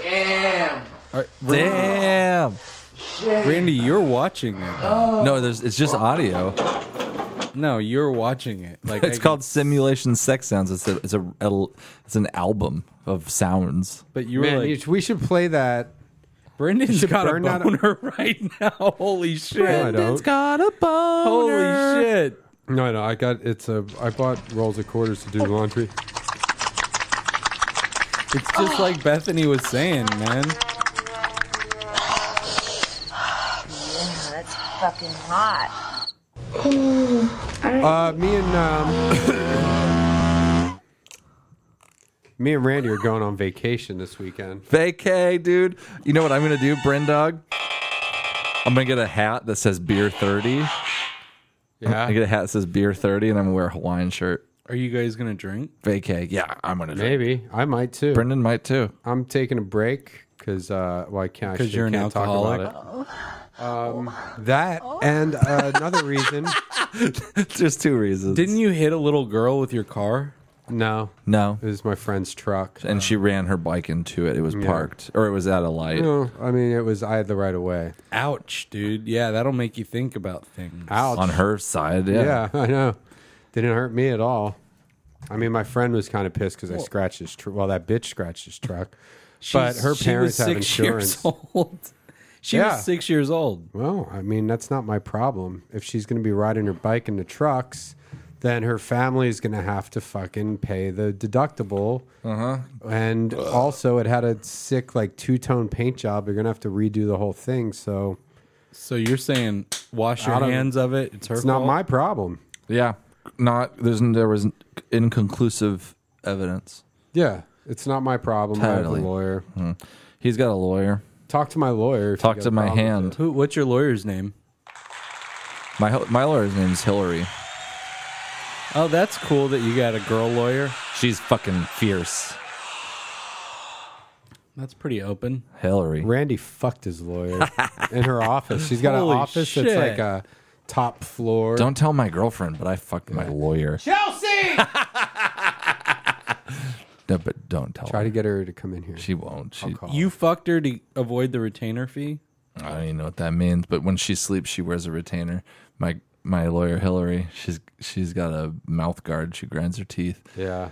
Damn.
Randy, you're watching it.
No, there's. It's just audio.
No, you're watching it. Like
It's
I-
called Simulation Sex Sounds. It's a. It's a. It's an album of sounds.
But you were
Man,
like,
you sh- we should play that.
Brendan's got a
burn that-
boner right now. Holy shit!
No, I don't.
got a boner.
Holy shit!
No, no, I got it's a. I bought rolls of quarters to do laundry.
It's just like Bethany was saying, man.
That's fucking hot.
Uh, me and um, me and Randy are going on vacation this weekend.
Vacay, dude. You know what I'm gonna do, Brendog? I'm gonna get a hat that says Beer 30. I
Yeah,
get a hat that says Beer 30, and I'm gonna wear a Hawaiian shirt.
Are you guys gonna drink?
Vacay. Yeah, I'm gonna. Drink.
maybe I might too.
Brendan might too.
I'm taking a break because uh, well, I can't because
you're an
can't
alcoholic?
Talk about it. Um, that and uh, another reason.
There's two reasons.
Didn't you hit a little girl with your car?
No,
No.
it was my friend's truck.
And she ran her bike into it. It was parked, or it was at a light.
No, I mean it was I had the right of way.
Ouch, dude. Yeah, that'll make you think about things.
Ouch.
On her side, yeah.
Yeah, I know. Didn't hurt me at all. I mean, my friend was kind of pissed because I scratched his truck. Well, that bitch scratched his truck. but her
She was
parents have
six
insurance.
Years old. She
Yeah.
was six years old.
Well, I mean, that's not my problem. If she's going to be riding her bike into trucks, then her family is going to have to fucking pay the deductible. Uh-huh. And also, it had a sick, like, two tone paint job. You're going to have to redo the whole thing. So
So you're saying wash your
I don't-
hands of it? It's her
it's not
fault?
my problem.
Yeah. Not there's there was inconclusive evidence.
Yeah. It's not my problem. I
Totally.
have a lawyer.
He's got a lawyer.
Talk to my lawyer. if you
Talk
got
to
a
my
problem with it.
hand.
Who? What's your lawyer's name?
My my lawyer's name's Hillary.
Oh, that's cool that you got a girl lawyer.
She's fucking fierce.
That's pretty open.
Hillary.
Randy fucked his lawyer in her office. She's got
Holy
an office
shit.
that's like a top floor.
Don't tell my girlfriend, but I fucked my lawyer. Chelsea. no, but don't tell.
try
her.
to get her to come in here.
She won't. She.
call.
You fucked her to avoid the retainer fee.
I don't even know what that means. But when she sleeps, she wears a retainer. My my lawyer Hillary. She's she's got a mouth guard. She grinds her teeth.
yeah.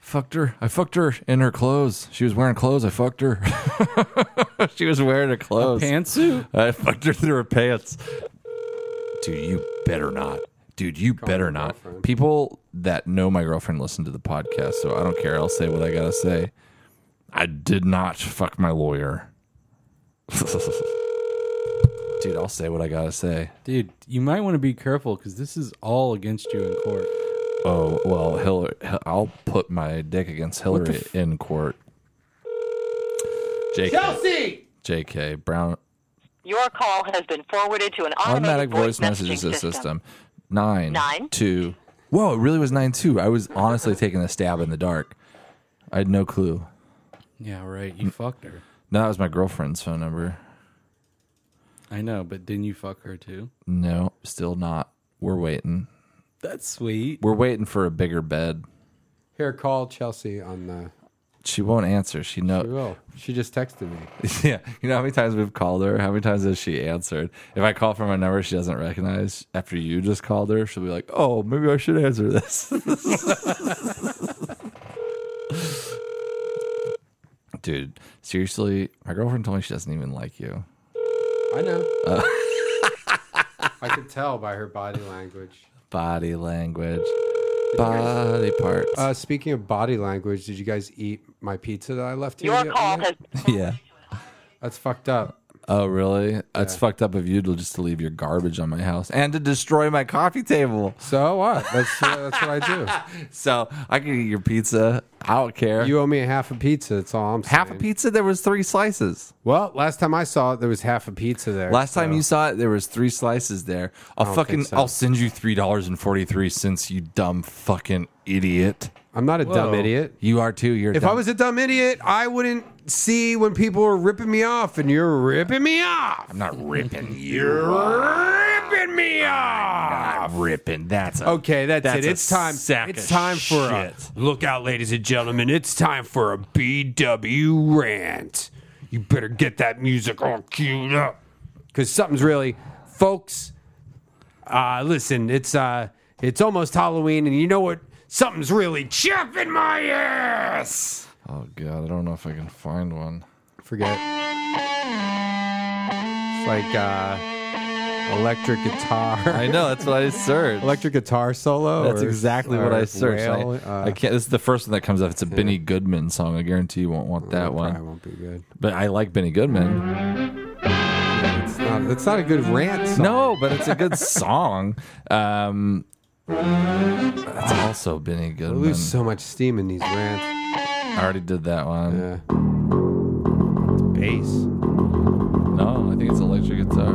Fucked her. I fucked her in her clothes. She was wearing clothes. I fucked her. she was wearing her clothes.
Pantsuit.
I fucked her through her pants. Dude, you better not. Dude, you better not. People that know my girlfriend listen to the podcast, so I don't care. I'll say what I gotta say. I did not fuck my lawyer. Dude, I'll say what I gotta say.
Dude, you might want to be careful because this is all against you in court.
oh well, Hillary. Hi- I'll put my dick against Hillary in court. Jk.
Chelsea!
Jk. Brown.
Your call has been forwarded to an
Automatic voice
automatic, messaging
messages
system.
system. Nine.
Nine?
Two. Whoa! It really was nine two. I was honestly taking a stab in the dark. I had no clue.
Yeah, right. You fucked her.
No, that was my girlfriend's phone number.
I know, but didn't you fuck her too?
No, still not. We're waiting.
That's sweet.
We're waiting for a bigger bed.
Here, call Chelsea on the.
She won't answer.
She
She know.
will. She just texted me.
yeah, you know how many times we've called her. How many times has she answered? If I call from a number she doesn't recognize after you just called her, she'll be like, "Oh, maybe I should answer this." Dude, seriously, my girlfriend told me she doesn't even like you.
I know.
Uh.
I could tell by her body language.
Body language, body parts.
Uh, speaking of body language, did you guys eat my pizza that I left here?
Your
yet?
call has
yeah.
That's fucked up.
Oh, really? That's fucked up of you to just to leave your garbage on my house and to destroy my coffee table.
So what? That's uh, that's what I
So I can eat your pizza. I don't care.
do. You owe me a half a pizza. That's all I'm saying.
half a pizza. There was three slices.
Well, last time I saw it, there was half a pizza there.
Last
so-
time you saw it, there was three slices there. I'll
don't
fucking.
think so.
I'll send you three dollars and forty three cents. You dumb fucking idiot.
I'm not a dumb Oh. idiot.
You are too. You're.
If
dumb.
I was a dumb idiot, I wouldn't see when people were ripping me off, and you're ripping me off.
I'm not ripping you.
Ripping me off.
I'm ripping. That's a,
Okay, that's,
That's
it.
a
It's time.
sack
it's
of
time for a
shit.
look out, ladies and gentlemen. It's time for a BW rant. You better get that music all queued up because something's really, folks. Uh, listen, it's uh, it's almost Halloween, and you know what? Something's really chapping my ass.
Oh god, I don't know if I can find one.
Forget. It's like uh, electric guitar.
I know. That's what I searched.
Electric guitar solo.
That's
or-
exactly what
or
I searched. I-
whale,
I,
uh,
can't. This is the first one that comes up. It's a Benny Goodman song. I guarantee you won't want that
probably
one.
won't be good.
But I like Benny Goodman.
It's not, it's not a good rant song.
No, but it's a good song. Um, that's also Benny
I
Goodman.
lose so much steam in these rants.
I already did that one.
Yeah. Bass.
No, I think it's electric guitar.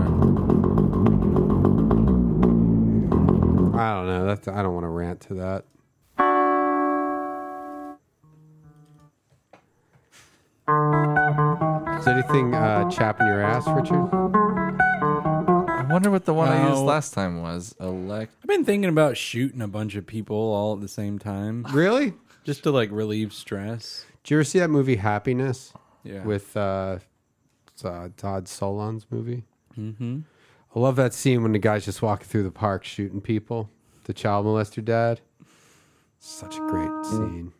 I don't know. That's, I don't want to rant to that. Is anything uh, chapping your ass, Richard?
I wonder what the one I used
No.
last time was. Elect.
I've been thinking about shooting a bunch of people all at the same time
Really?
just to like relieve stress.
Did you ever see that movie Happiness?
Yeah.
With uh, it's, uh, Todd Solondz movie. Mm-hmm. I love that scene when the guy's just walking through the park shooting people. The child molester dad. Such a great scene.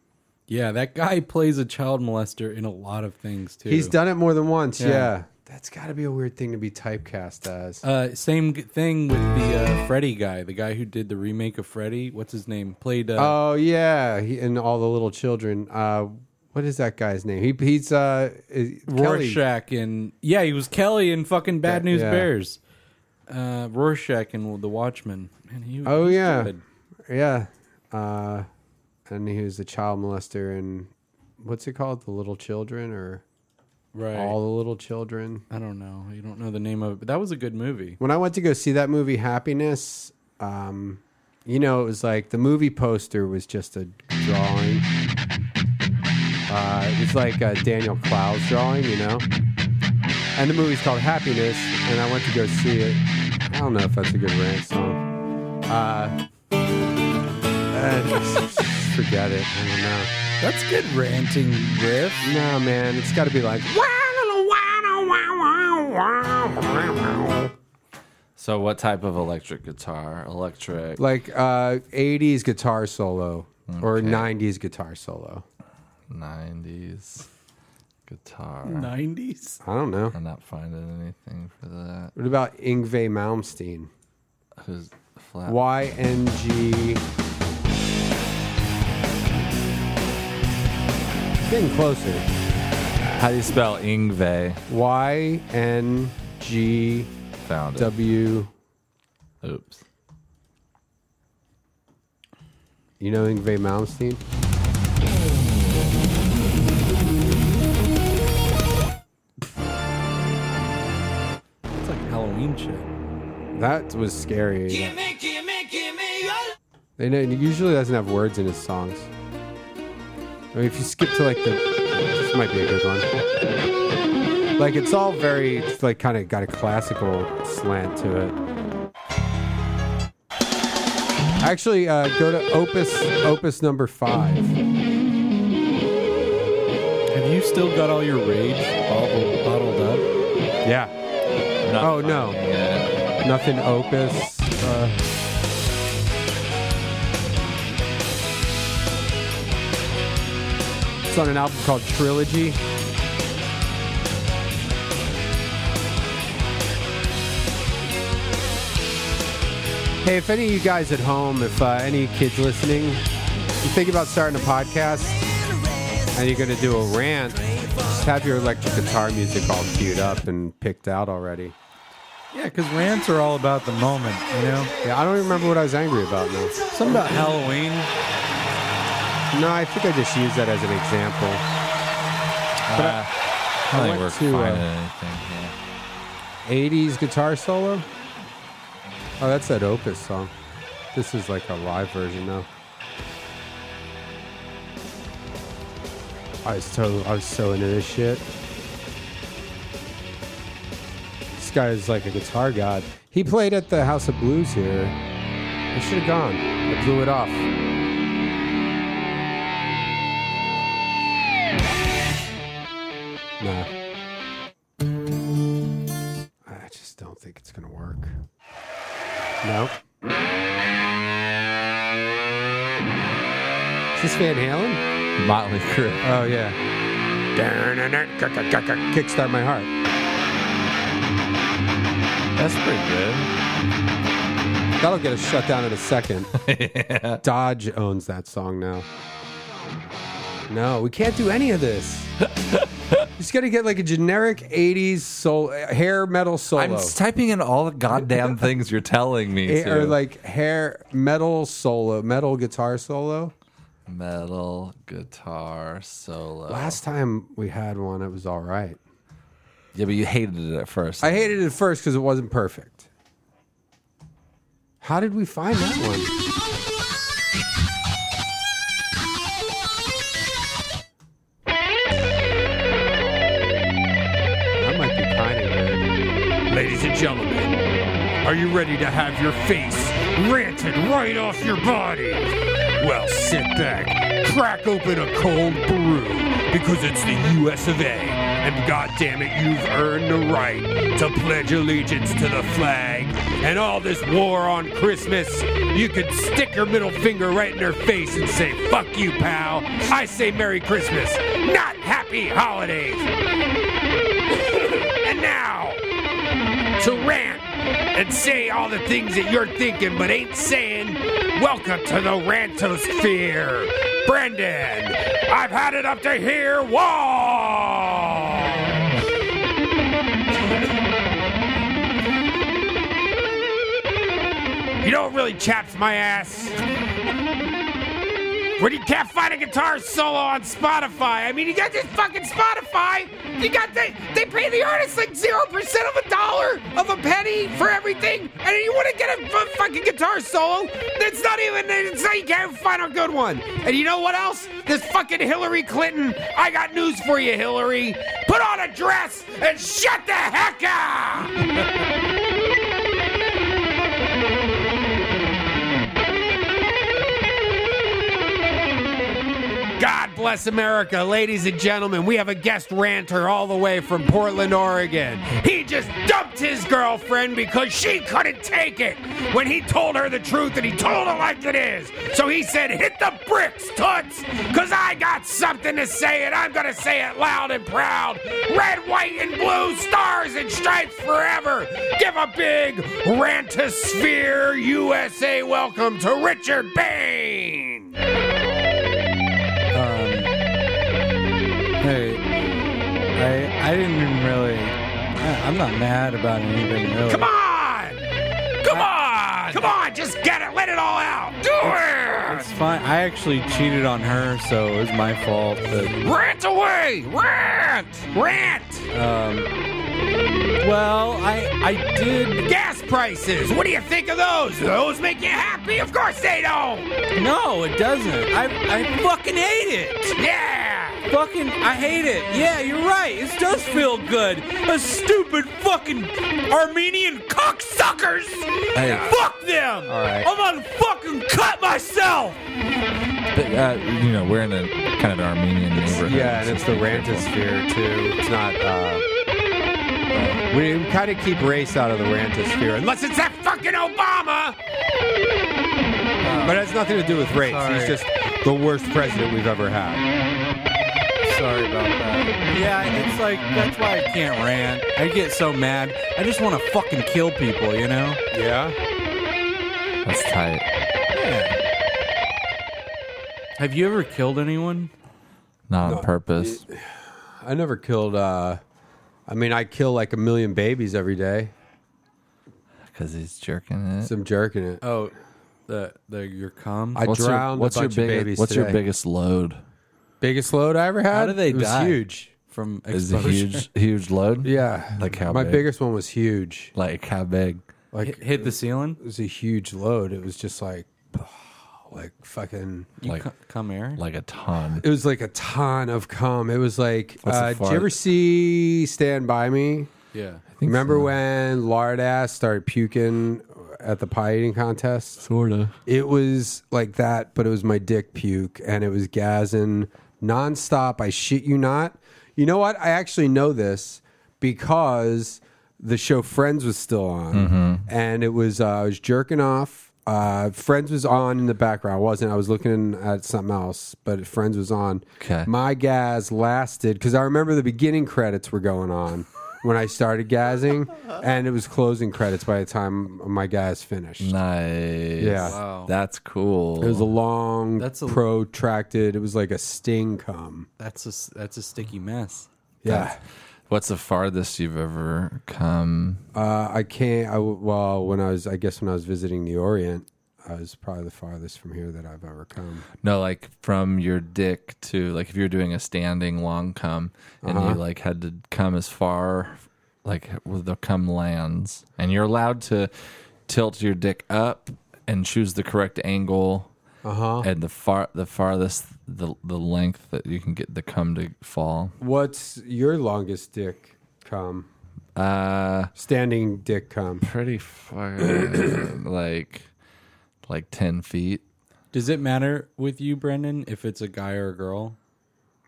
Yeah, that guy plays a child molester in a lot of things too.
He's done it more than once. Yeah.
Yeah.
That's got to be a weird thing to be typecast as.
Uh, same g- thing with the uh, Freddy guy, the guy who did the remake of Freddy. What's his name? Played. Uh,
oh yeah, he, and all the little children. Uh, what is that guy's name? He, he's uh, is- Kelly.
Rorschach and yeah, he was Kelly in fucking Bad
Yeah,
News
yeah.
Bears. Uh, Rorschach and The Watchmen. Man, he,
Oh,
he's
yeah.
good.
Yeah. Uh, and he was a child molester and what's it called? The little children or
right.
all the little children.
I don't know. You don't know the name of it, but that was a good movie.
When I went to go see that movie Happiness, um, you know, it was like the movie poster was just a drawing. Uh, it was like a Daniel Clowes drawing, you know. And the movie's called Happiness, and I went to go see it. I don't know if that's a good rant song. Uh, uh, forget it. I don't know.
That's good ranting riff.
No, man, it's got to be like.
So, what type of electric guitar? Electric.
like uh 80s guitar solo or 90s guitar solo
90s guitar.
Nineties.
i don't know
I'm not finding anything for that.
what about ingve malmsteen
Who's flat?
yng getting closer
How do you spell Ingve?
y-n-g-w
Found it. Oops.
You know Ingve Malmsteen?
It's like Halloween shit.
That was scary. They know- he usually doesn't have words in his songs. I mean, if you skip to like the, this might be a good one. Like it's all very, it's like kind of got a classical slant to it. Actually, uh, go to Opus Opus number five.
Have you still got all your rage bottled, bottled up?
Yeah,
Not
Oh, no.
finding it.
nothing Opus. Uh, it's on an album called Trilogy. Hey, if any of you guys at home, if uh, any kids listening, you think about starting a podcast and you're going to do a rant, just have your electric guitar music all queued up and picked out already.
Yeah, because rants are all about the moment, you know?
Yeah, I don't even remember what I was angry about now.
Something about Halloween.
No, I think I just used that as an example.
I don't think
went
we're
to, uh,
finding anything. Yeah.
80s guitar solo? Oh, that's that Opus song. This is like a live version now. I was so I was so into this shit. This guy is like a guitar god. He played at the House of Blues here. I should have gone. I blew it off. Nah. I just don't think it's gonna work. No. Is this Van Halen?
Motley Crue.
Oh yeah. Kickstart my heart.
That's pretty good.
That'll get us shut down in a second. Dodge owns that song now. No, we can't do any of this. Just gotta get like a generic '80s soul hair metal solo.
I'm just typing in all the goddamn things you're telling me.
Eh, or
to.
like hair metal solo, metal guitar solo.
metal guitar solo.
Last time we had one, it was all right.
yeah, but you hated it at first.
I hated it at first because it wasn't perfect. How did we find that one? That might be kind
Ladies and gentlemen, are you ready to have your face ranted right off your body? Well, sit back, crack open a cold brew, because it's the US of A, and goddamn it, you've earned the right to pledge allegiance to the flag. And all this war on Christmas, you could stick your middle finger right in their face and say, fuck you, pal. I say Merry Christmas, not Happy Holidays. and now, to rant and say all the things that you're thinking but ain't saying. Welcome to the Rantosphere. Brendan, I've had it up to here. Wall! You know what really chaps my ass? When you can't find a guitar solo on Spotify. I mean, you got this fucking Spotify. You got the, they pay the artist like 0% of a dollar, of a penny for everything. And you want to get a f- fucking guitar solo? That's not even, it's not, you can't find a good one. And you know what else? This fucking Hillary Clinton. I got news for you, Hillary. Put on a dress and shut the heck up!
God bless America, ladies and gentlemen. We have a guest ranter all the way from Portland, Oregon.
He just dumped his girlfriend because she couldn't take it when he told her the truth and he told it like it is. So he said, Hit the bricks, toots, because I got something to say and I'm going to say it loud and proud. Red, white, and blue, stars and stripes forever. Give a big Rantosphere USA welcome to Richard Bain.
um, Hey, I, I didn't even really. I, I'm not mad about anything, really.
Come on! Come on! Come on, just get it. Let it all out. Do
It's fine. I actually cheated on her, so it was my fault. But,
it. Rant away. Rant. Rant.
well, I I did.
Gas prices. What do you think of those? Do those make you happy? Of course they don't.
No, it doesn't. I I fucking hate it.
Yeah.
Fucking, I hate it. Yeah, you're right. It does feel good. A stupid fucking Armenian cocksuckers.
Hey.
Fuck them.
All right.
I'm gonna fucking cut myself.
But, uh, you know, we're in a kind of an Armenian neighborhood.
Yeah, and it's the
rantosphere.
rantosphere too. It's not. Uh, uh, we kind of keep race out of the rantosphere, unless it's that fucking Obama. But it has nothing to do with race. He's
sorry.
just the worst president we've ever had.
Sorry about that. Yeah, it's like that's why I can't rant. I get so mad. I just want to fucking kill people, you know.
Yeah.
That's tight.
Have you ever killed anyone?
Not on purpose.
I never killed. Uh, I mean, I kill like a million babies every day.
Because he's jerking it.
Some jerking it.
Oh, the the your cum.
I drowned
what's
a bunch
your
of
biggest,
babies.
What's your
today.
biggest load?
biggest load I ever had?
How do they
it was
die?
Huge.
from
Is it
exposure.
huge, huge load?
Yeah.
Like how
My
big?
biggest one was huge.
Like how big?
Like
Hit, hit the ceiling.
it was a huge load. It was just like, like fucking.
You
Like-
cu- cum air.
Like a ton.
It was like a ton of cum. It was like,
What's a
uh, did
fart?
you ever see Stand By Me?
yeah.
Remember when lard ass started puking at the pie eating contest?
Sorta.
It was like that, but it was my dick puke and it was gassing nonstop. I shit you not. You know what? I actually know this because the show Friends was still on and it was, uh, I was jerking off. Uh, Friends was on in the background. I wasn't. I was looking at something else, but Friends was on.
Okay.
My gas lasted because I remember the beginning credits were going on when I started gassing, and it was closing credits by the time my gas finished.
Nice.
Yeah.
Wow.
That's cool.
It was a long,
That's a-
protracted. It was like a sting cum.
That's a s- that's a sticky mess.
Yeah,
What's the farthest you've ever come?
uh, I can't. I w- well, when I was, I guess when I was visiting the Orient, I was probably the farthest from here that I've ever come.
No, like from your dick to like if you're doing a standing long cum and
Uh-huh.
you like had to come as far like with the cum lands and you're allowed to tilt your dick up and choose the correct angle. Uh-huh. And the far the farthest the the length that you can get the cum to fall.
What's your longest dick cum?
Uh
Standing dick cum.
pretty far like like 10 feet.
Does it matter with you, Brendan, if it's a guy or a girl,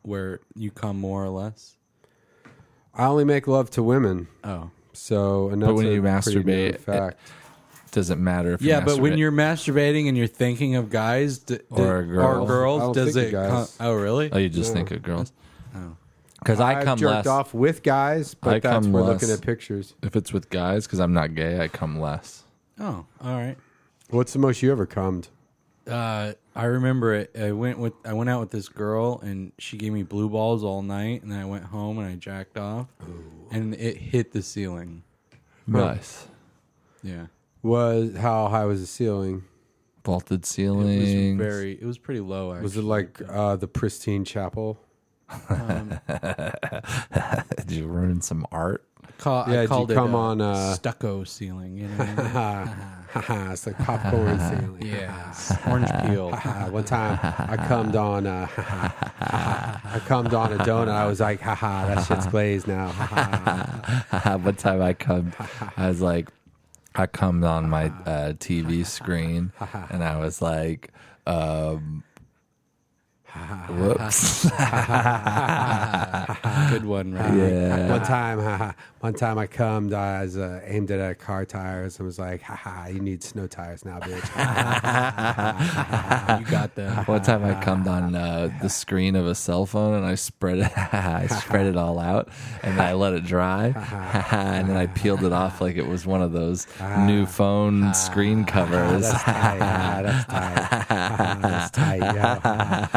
where you come more or less?
I only make love to women,
Oh,
so and that's
when
a
you
pretty
masturbate,
known
it-
fact.
Doesn't matter if you
yeah, but when
masturbate.
you're masturbating and you're thinking of guys d- d-
Or girls.
I don't
girls, does
think
it?
of
Come,
guys.
oh, really?
Oh, you just think of girls. Because I
I've
come
jerked
less.
off with guys, but
I
that's
cum
we're
less.
looking at pictures.
If it's with guys, because I'm not gay, I come less.
oh, all right.
What's the most you ever cummed?
Uh, I remember it. I went with I went out with this girl, and she gave me blue balls all night, and then I went home and I jacked off, and it hit the ceiling.
Nice.
Yeah,
Was how high was the ceiling?
Vaulted
it was
ceilings.
very. It was pretty low. Actually.
Was it like uh, the pristine chapel?
Did you ruin some art?
Ca-
Yeah,
I
did
called
you
it
come
a
on, uh,
stucco ceiling. You know?
Haha, it's like popcorn ceiling.
yeah, orange peel.
Haha, one time I cummed on uh, haha, haha, I cummed on a donut. I was like, haha, that shit's glazed now. Haha.
One time I come, I was like, I cummed on my uh, TV screen, and I was like, um, whoops.
Good one, right?
yeah.
One time, haha, one time I cummed. I was uh, aimed it at car tires and was like, haha, you need snow tires now, bitch.
You got that.
One time I cummed on uh, the screen of a cell phone and I spread it, I spread it all out, and I let it dry, and then I peeled it off like it was one of those new phone screen covers.
Ah, that's tight. Haha, that's tight. Haha, that's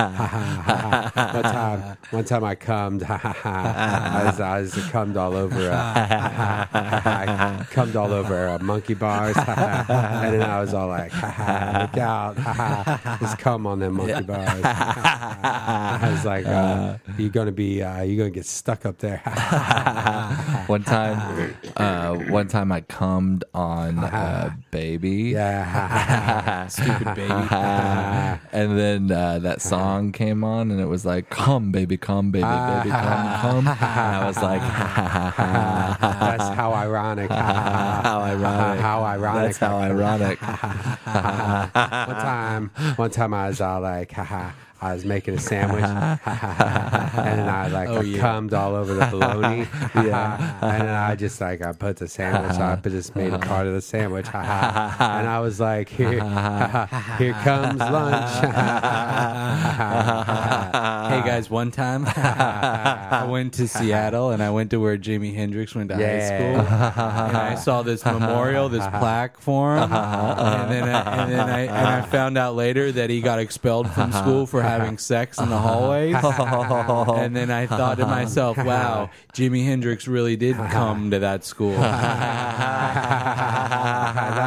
tight. Yo. Haha, one time, one time I cummed. Ha ha ha. I was, I was cummed all over. uh, ha, ha, ha, ha. I cummed all over uh, monkey bars. Ha, ha, ha. And then I was all like, ha ha, look out. Ha ha. Just cum on them monkey bars. Ha, ha, ha. I was like, uh, you're gonna be, uh, you're gonna get stuck up there. Ha, ha, ha.
one time, uh, one time I cummed on a baby.
Yeah. Ha, ha, ha.
Stupid baby.
and then uh, that song came on, and it was like, "Come, baby, come, baby, baby, come, come." And I was like,
That's how ironic.
"How ironic!
How ironic.
That's how ironic!"
one time, one time I was all like, haha. I was making a sandwich, and then I like I cummed all over the bologna, yeah. and then I just like I put the sandwich, I just made a part of the sandwich, and I was like, here, here comes lunch.
Hey guys, one time I went to Seattle and I went to where Jimi Hendrix went to
Yeah.
high school, and I saw this memorial, this plaque for him, and then I, and then I and I found out later that he got expelled from school for having sex in the hallways, and then I thought to myself, wow, Jimi Hendrix really did come to that school.
that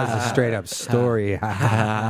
was a straight up story.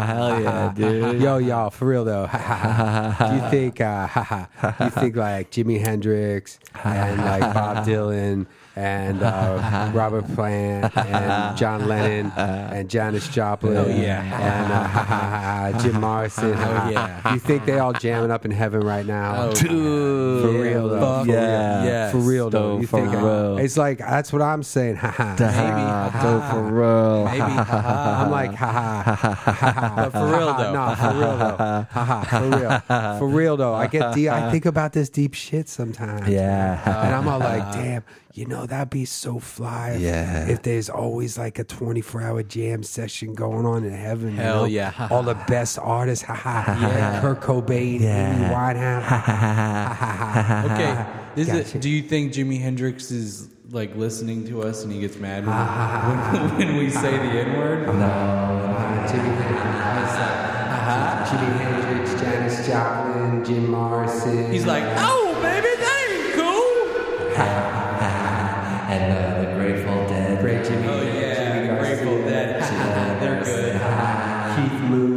Hell yeah, dude!
Yo, y'all, for real though. do you think? Uh, do you think like Jimi Hendrix and like Bob Dylan and uh, Robert Plant and John Lennon and Janis Joplin?
Oh, yeah.
and uh, Jim Morrison.
Oh, yeah.
do you think they all jamming up in heaven right now?
Oh,
Dude,
For real though,
fuck
for real.
yeah.
yes.
for real though.
Though,
you
for
think uh,
real.
it's like that's what I'm saying.
Dope for real.
Maybe.
I'm like, ha ha, ha ha. But
for real, though.
no, for real though, ha ha, for real, for real though. I get, deep, I think about this deep shit sometimes.
Yeah.
and I'm all like,
Uh-huh.
damn, you know, that'd be so fly. if-
Yeah.
if there's always like a 24 hour jam session going on in heaven. you
Hell
know?
yeah.
all the best artists, ha ha. Yeah, Kurt Cobain,
Yeah.
Amy Winehouse. ha, ha, ha, ha, ha.
Okay. Is
Gotcha.
it, do you think Jimi Hendrix is like listening to us and he gets mad when, when, when we say the N word?
Jimi Hendrix,
Uh-huh.
Jimi Hendrix, Janis Joplin, Jim Morrison.
He's like, oh, baby, that ain't cool.
And uh, the Grateful Dead.
Great Jimmy.
Oh, yeah, Grateful Dead. They're good.
Keith Moon.